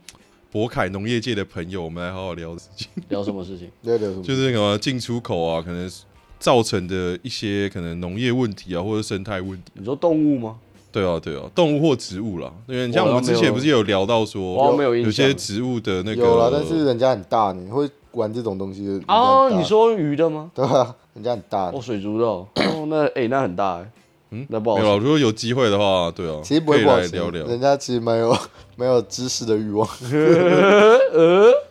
[SPEAKER 1] 博凯农业界的朋友，我们来好好聊这事情，
[SPEAKER 2] 聊什么事情？
[SPEAKER 3] 在聊什么？
[SPEAKER 1] 就是那个进出口啊，可能造成的一些可能农业问题啊，或者生态问题。
[SPEAKER 2] 你说动物吗？
[SPEAKER 1] 对啊，对啊，动物或植物啦，因为你像
[SPEAKER 2] 我
[SPEAKER 1] 我
[SPEAKER 2] 好
[SPEAKER 1] 们
[SPEAKER 2] 像
[SPEAKER 1] 之前
[SPEAKER 2] 没有
[SPEAKER 1] 不是有聊到
[SPEAKER 2] 我好
[SPEAKER 1] 说
[SPEAKER 3] 哦
[SPEAKER 2] 像没有印象
[SPEAKER 1] 些植物的那个
[SPEAKER 3] 有啦，但是人家很大呢，会玩这种东西的。人家很
[SPEAKER 2] 哦，
[SPEAKER 3] 大
[SPEAKER 2] 你说鱼的吗？
[SPEAKER 3] 对吧？人家很大
[SPEAKER 2] 哦，，水族的哦，哦那哎、那很大哎，嗯，那不好
[SPEAKER 1] 没有
[SPEAKER 2] 说。
[SPEAKER 1] 啦，如果有机会的话，对啊，
[SPEAKER 3] 其实不会
[SPEAKER 1] 可以
[SPEAKER 3] 不好
[SPEAKER 1] 来
[SPEAKER 3] 吃
[SPEAKER 1] 聊聊。
[SPEAKER 3] 人家其实蛮有蛮有知识的欲望。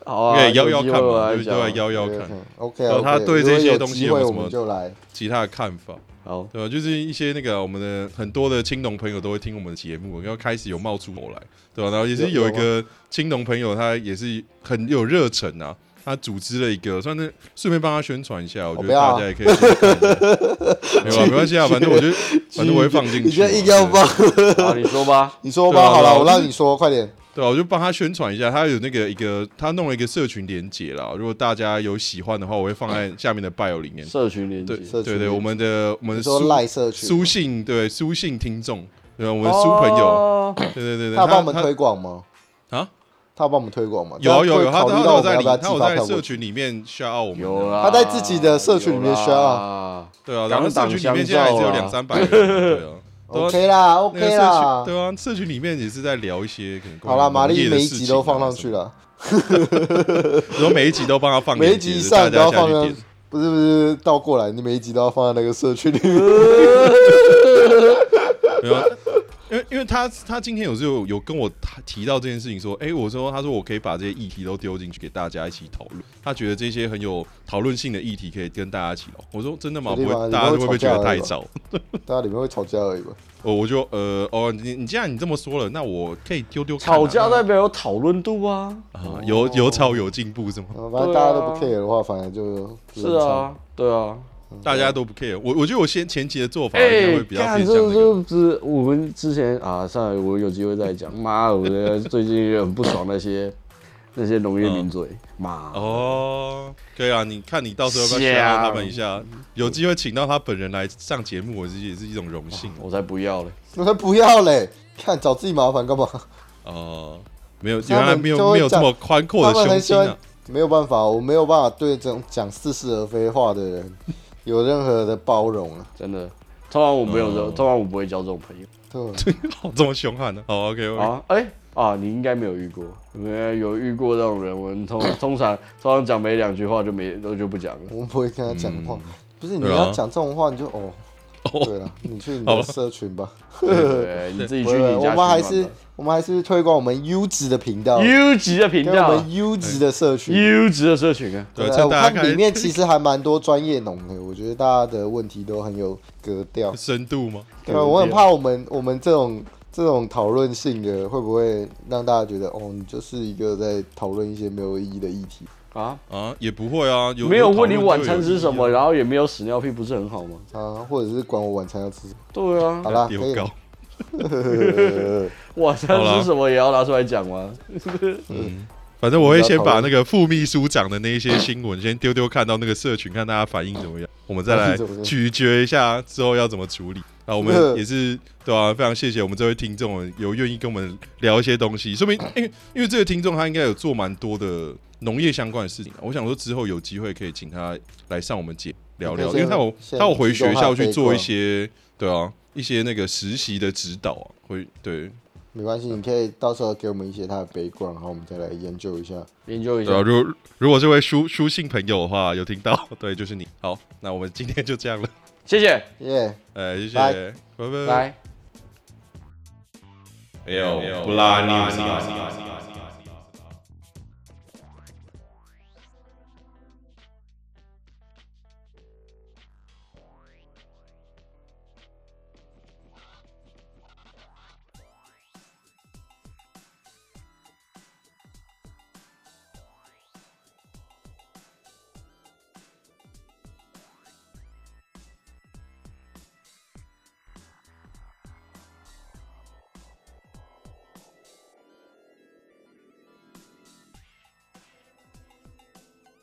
[SPEAKER 2] 好啊，
[SPEAKER 1] 对，邀
[SPEAKER 2] 有
[SPEAKER 1] 邀
[SPEAKER 2] 机
[SPEAKER 1] 看
[SPEAKER 2] 会
[SPEAKER 1] 嘛，
[SPEAKER 2] 我
[SPEAKER 1] 对
[SPEAKER 2] 来
[SPEAKER 1] 不
[SPEAKER 2] 讲
[SPEAKER 1] 对，邀 邀看
[SPEAKER 3] OK
[SPEAKER 1] 然
[SPEAKER 3] 啊
[SPEAKER 1] 后，他
[SPEAKER 3] OK，
[SPEAKER 1] 对这
[SPEAKER 3] 如果
[SPEAKER 1] 些
[SPEAKER 3] 有
[SPEAKER 1] 东西
[SPEAKER 3] 机
[SPEAKER 1] 有
[SPEAKER 3] 会
[SPEAKER 1] 什
[SPEAKER 3] 我
[SPEAKER 1] 么
[SPEAKER 3] 们就来。
[SPEAKER 1] 其他的看法，
[SPEAKER 2] 好，
[SPEAKER 1] 对吧？就是一些那个我们的很多的青农朋友都会听我们的节目，然后开始有冒出头来，对吧？然后也是
[SPEAKER 3] 有啊
[SPEAKER 1] 有一
[SPEAKER 3] 有吗
[SPEAKER 1] 个青农朋友，他也是很有热忱啊。他组织了一个，算是顺便帮他宣传一下，我觉
[SPEAKER 3] 不
[SPEAKER 1] 得
[SPEAKER 3] 要啊
[SPEAKER 1] 大家也可以去看一下。没有啊，没关系啊，反正我就反正我会放进去嘛。
[SPEAKER 3] 你就硬要放，
[SPEAKER 2] 好，你 说吧。
[SPEAKER 3] 你说
[SPEAKER 1] 对啊
[SPEAKER 3] 吧，好
[SPEAKER 1] 对啊
[SPEAKER 3] 了，我
[SPEAKER 1] 就是
[SPEAKER 3] 让你说，快点。
[SPEAKER 1] 对啊，我就帮他宣传一下，他有那个一个，他弄了一个社群连接啦。如果大家有喜欢的话，我会放在下面的 bio 里面。
[SPEAKER 6] 社群连
[SPEAKER 1] 对
[SPEAKER 6] 接，
[SPEAKER 3] 社群
[SPEAKER 1] 对
[SPEAKER 3] 连
[SPEAKER 1] 对，
[SPEAKER 3] 结
[SPEAKER 1] 我们的我们
[SPEAKER 3] 你
[SPEAKER 1] 的
[SPEAKER 3] 说
[SPEAKER 1] 书
[SPEAKER 3] 赖社群
[SPEAKER 1] 书
[SPEAKER 3] 吗，
[SPEAKER 1] 信，对书信听众，对啊，我们的书朋友，
[SPEAKER 6] 哦
[SPEAKER 1] 对对对对，
[SPEAKER 3] 他有帮我们
[SPEAKER 1] 他
[SPEAKER 3] 推广吗？
[SPEAKER 1] 啊，
[SPEAKER 3] 他有帮我们推广吗？
[SPEAKER 1] 有啊有有，
[SPEAKER 3] 他
[SPEAKER 1] 他
[SPEAKER 3] 会考
[SPEAKER 1] 他
[SPEAKER 3] 虑到
[SPEAKER 1] 有
[SPEAKER 3] 我
[SPEAKER 1] 在
[SPEAKER 3] 们要
[SPEAKER 1] 里，
[SPEAKER 3] 不要
[SPEAKER 1] 他
[SPEAKER 3] 寄
[SPEAKER 1] 有
[SPEAKER 3] 发
[SPEAKER 1] 在
[SPEAKER 3] 票过
[SPEAKER 1] 社
[SPEAKER 3] 去
[SPEAKER 1] 群里面 shout out 我们
[SPEAKER 2] 有
[SPEAKER 1] 的，
[SPEAKER 2] 啊啦，
[SPEAKER 3] 他在自己的社群里面
[SPEAKER 2] 有啦
[SPEAKER 3] share
[SPEAKER 1] 对啊，然
[SPEAKER 2] 两
[SPEAKER 1] 后社
[SPEAKER 2] 党
[SPEAKER 1] 群里
[SPEAKER 2] 相
[SPEAKER 1] 面现在也只
[SPEAKER 2] 照
[SPEAKER 1] 有
[SPEAKER 2] 啊
[SPEAKER 1] 两三百 人，对啊。对啊
[SPEAKER 3] ？OK 啦
[SPEAKER 1] 那个
[SPEAKER 3] ，OK
[SPEAKER 1] 社群
[SPEAKER 3] 啦。
[SPEAKER 1] 对啊，社群里面也是在聊一些可能关于
[SPEAKER 3] 好啦，
[SPEAKER 1] 农
[SPEAKER 3] 玛丽
[SPEAKER 1] 业的
[SPEAKER 3] 每一
[SPEAKER 1] 事
[SPEAKER 3] 集
[SPEAKER 1] 情
[SPEAKER 3] 都
[SPEAKER 1] 啊
[SPEAKER 3] 放上
[SPEAKER 1] 什
[SPEAKER 3] 去
[SPEAKER 1] 么
[SPEAKER 3] 了，
[SPEAKER 1] 的，然后每一集都帮他放
[SPEAKER 3] 每一
[SPEAKER 1] 链接，
[SPEAKER 3] 集
[SPEAKER 1] 大家
[SPEAKER 3] 上都
[SPEAKER 1] 下
[SPEAKER 3] 要
[SPEAKER 1] 去
[SPEAKER 3] 放上
[SPEAKER 1] 点，
[SPEAKER 3] 不是不是倒过来，你每一集都要放在那个社群里面。
[SPEAKER 1] 对啊，因为因为他他今天有时候有跟我提到这件事情，说，哎、我说他说我可以把这些议题都丢进去给大家一起讨论，他觉得这些很有讨论性的议题可以跟大家一起聊。我说真的吗？
[SPEAKER 3] 确
[SPEAKER 1] 不
[SPEAKER 3] 定吗
[SPEAKER 1] 会，
[SPEAKER 3] 你
[SPEAKER 1] 大家
[SPEAKER 3] 不
[SPEAKER 1] 会
[SPEAKER 3] 会
[SPEAKER 1] 不会觉
[SPEAKER 3] 吵架
[SPEAKER 1] 得
[SPEAKER 3] 而
[SPEAKER 1] 太
[SPEAKER 3] 已吧
[SPEAKER 1] 早？
[SPEAKER 3] 大家里面会吵架而已吧？
[SPEAKER 1] 我我就呃哦，你你既然你这么说了，那我可以丢丢看啊、
[SPEAKER 2] 吵架
[SPEAKER 1] 那
[SPEAKER 2] 代表有讨论度啊。
[SPEAKER 1] 啊，有有吵有进步是吗？
[SPEAKER 3] 嗯反正
[SPEAKER 2] 对啊
[SPEAKER 3] 大家都不 care 的话，反正就
[SPEAKER 2] 是，啊，对啊。
[SPEAKER 1] 大家都不 care。我我觉得我先前期的做法应该
[SPEAKER 2] 哎
[SPEAKER 1] 会，比较
[SPEAKER 2] 干
[SPEAKER 1] 偏
[SPEAKER 2] 这
[SPEAKER 1] 向那个。
[SPEAKER 2] 这这，我们之前啊，上来我有机会再讲。妈，我的 最近也很不爽那些那些农业名嘴，妈，
[SPEAKER 1] 哦，可以啊，你看你到时候要不要
[SPEAKER 2] 是啊
[SPEAKER 1] shout out 他们一下？有机会请到他本人来上节目，我自己也是一种荣幸。啊
[SPEAKER 2] 我才不要嘞。
[SPEAKER 3] 我才不要嘞！看找自己麻烦干嘛？
[SPEAKER 1] 哦，没有，
[SPEAKER 3] 他
[SPEAKER 1] 原
[SPEAKER 3] 们
[SPEAKER 1] 来没
[SPEAKER 3] 就
[SPEAKER 1] 有
[SPEAKER 3] 会
[SPEAKER 1] 没有这
[SPEAKER 3] 讲
[SPEAKER 1] 么宽阔
[SPEAKER 3] 他
[SPEAKER 1] 的
[SPEAKER 3] 们
[SPEAKER 1] 胸
[SPEAKER 3] 很喜
[SPEAKER 1] 襟
[SPEAKER 3] 欢
[SPEAKER 1] 啊！，
[SPEAKER 3] 没有办法，我没有办法对这种讲似是而非话的人有任何的包容啊。
[SPEAKER 2] 真的。通常我没有这种，
[SPEAKER 1] 哦
[SPEAKER 2] 通常我不会交这种朋友
[SPEAKER 3] 对，
[SPEAKER 1] 好， 这么凶悍的、哦好，OK，, o k
[SPEAKER 2] 啊。哎、啊，你应该没有遇过，没有遇过这种人。我们通通常通常讲没两句话就没都就不讲了。
[SPEAKER 3] 我们不会跟他讲话。不是你
[SPEAKER 1] 对啊
[SPEAKER 3] 要讲这种话，你就哦，对了，你去你
[SPEAKER 1] 好吧
[SPEAKER 3] 的社群吧。
[SPEAKER 2] 对对，你自己
[SPEAKER 3] 不
[SPEAKER 2] 去
[SPEAKER 3] 会
[SPEAKER 2] 你
[SPEAKER 3] 我
[SPEAKER 2] 家
[SPEAKER 3] 们还
[SPEAKER 2] 取
[SPEAKER 3] 是
[SPEAKER 2] 暖吧
[SPEAKER 3] 我们还是推广我们优质的频道，
[SPEAKER 2] 优质的频
[SPEAKER 3] 跟我
[SPEAKER 2] 道，
[SPEAKER 3] 们优质的社群。
[SPEAKER 2] 优质的社群啊。
[SPEAKER 1] 对，
[SPEAKER 3] 对
[SPEAKER 1] 趁
[SPEAKER 3] 我
[SPEAKER 1] 大家
[SPEAKER 3] 看
[SPEAKER 1] 开
[SPEAKER 3] 里面其实还蛮多专业农的，我觉得大家的问题都很有格调。
[SPEAKER 1] 深度吗？
[SPEAKER 3] 对，我很怕我们我们这种这种讨论性的，会不会让大家觉得哦，你就是一个在讨论一些没有意义的议题？
[SPEAKER 2] 啊，
[SPEAKER 1] 啊，也不会啊，有
[SPEAKER 2] 没有问你
[SPEAKER 1] 讨论就
[SPEAKER 2] 晚餐
[SPEAKER 1] 有
[SPEAKER 2] 吃
[SPEAKER 1] 意义
[SPEAKER 2] 什么，
[SPEAKER 1] 啊
[SPEAKER 2] 然后也没有屎尿屁，不是很好吗？
[SPEAKER 3] 啊，或者是管我晚餐要吃什么。
[SPEAKER 2] 对啊
[SPEAKER 3] 好，啦，可
[SPEAKER 1] 丢
[SPEAKER 3] 以
[SPEAKER 1] 高
[SPEAKER 3] 了。。呃
[SPEAKER 2] 晚餐
[SPEAKER 1] 好啦
[SPEAKER 2] 吃什么也要拿出来讲吗？
[SPEAKER 1] 反正我会先
[SPEAKER 3] 不要讨
[SPEAKER 1] 把
[SPEAKER 3] 论
[SPEAKER 1] 那个副秘书长的那一些新闻先丢丢看到那个社群，看大家反应怎么样，我们再
[SPEAKER 3] 反
[SPEAKER 1] 来
[SPEAKER 3] 应怎么样
[SPEAKER 1] 咀嚼一下之后要怎么 处理。啊，我们也是对啊，非常谢谢我们这位听众有愿意跟我们聊一些东西，说明因为因为这个听众他应该有做蛮多的农业相关的事情啊，我想说之后有机会可以请他来上我们节聊聊，因
[SPEAKER 3] 你可以
[SPEAKER 1] 为他有
[SPEAKER 3] 先
[SPEAKER 1] 他有回学校去做一
[SPEAKER 3] 先
[SPEAKER 1] 些对啊一些那个实习的指导啊，会对
[SPEAKER 3] 没关系，你可以到时候给我们一些他的悲观，然后我们再来研究一下。
[SPEAKER 2] 研究一下
[SPEAKER 1] 对啊，。如果如果这位书书信朋友的话有听到， 对，就是你。好，那我们今天就这样了，
[SPEAKER 2] 谢谢，
[SPEAKER 3] 耶、
[SPEAKER 1] 呃，谢谢，
[SPEAKER 3] 拜
[SPEAKER 1] 拜拜。
[SPEAKER 2] 来。
[SPEAKER 1] 哎呦，不拉你。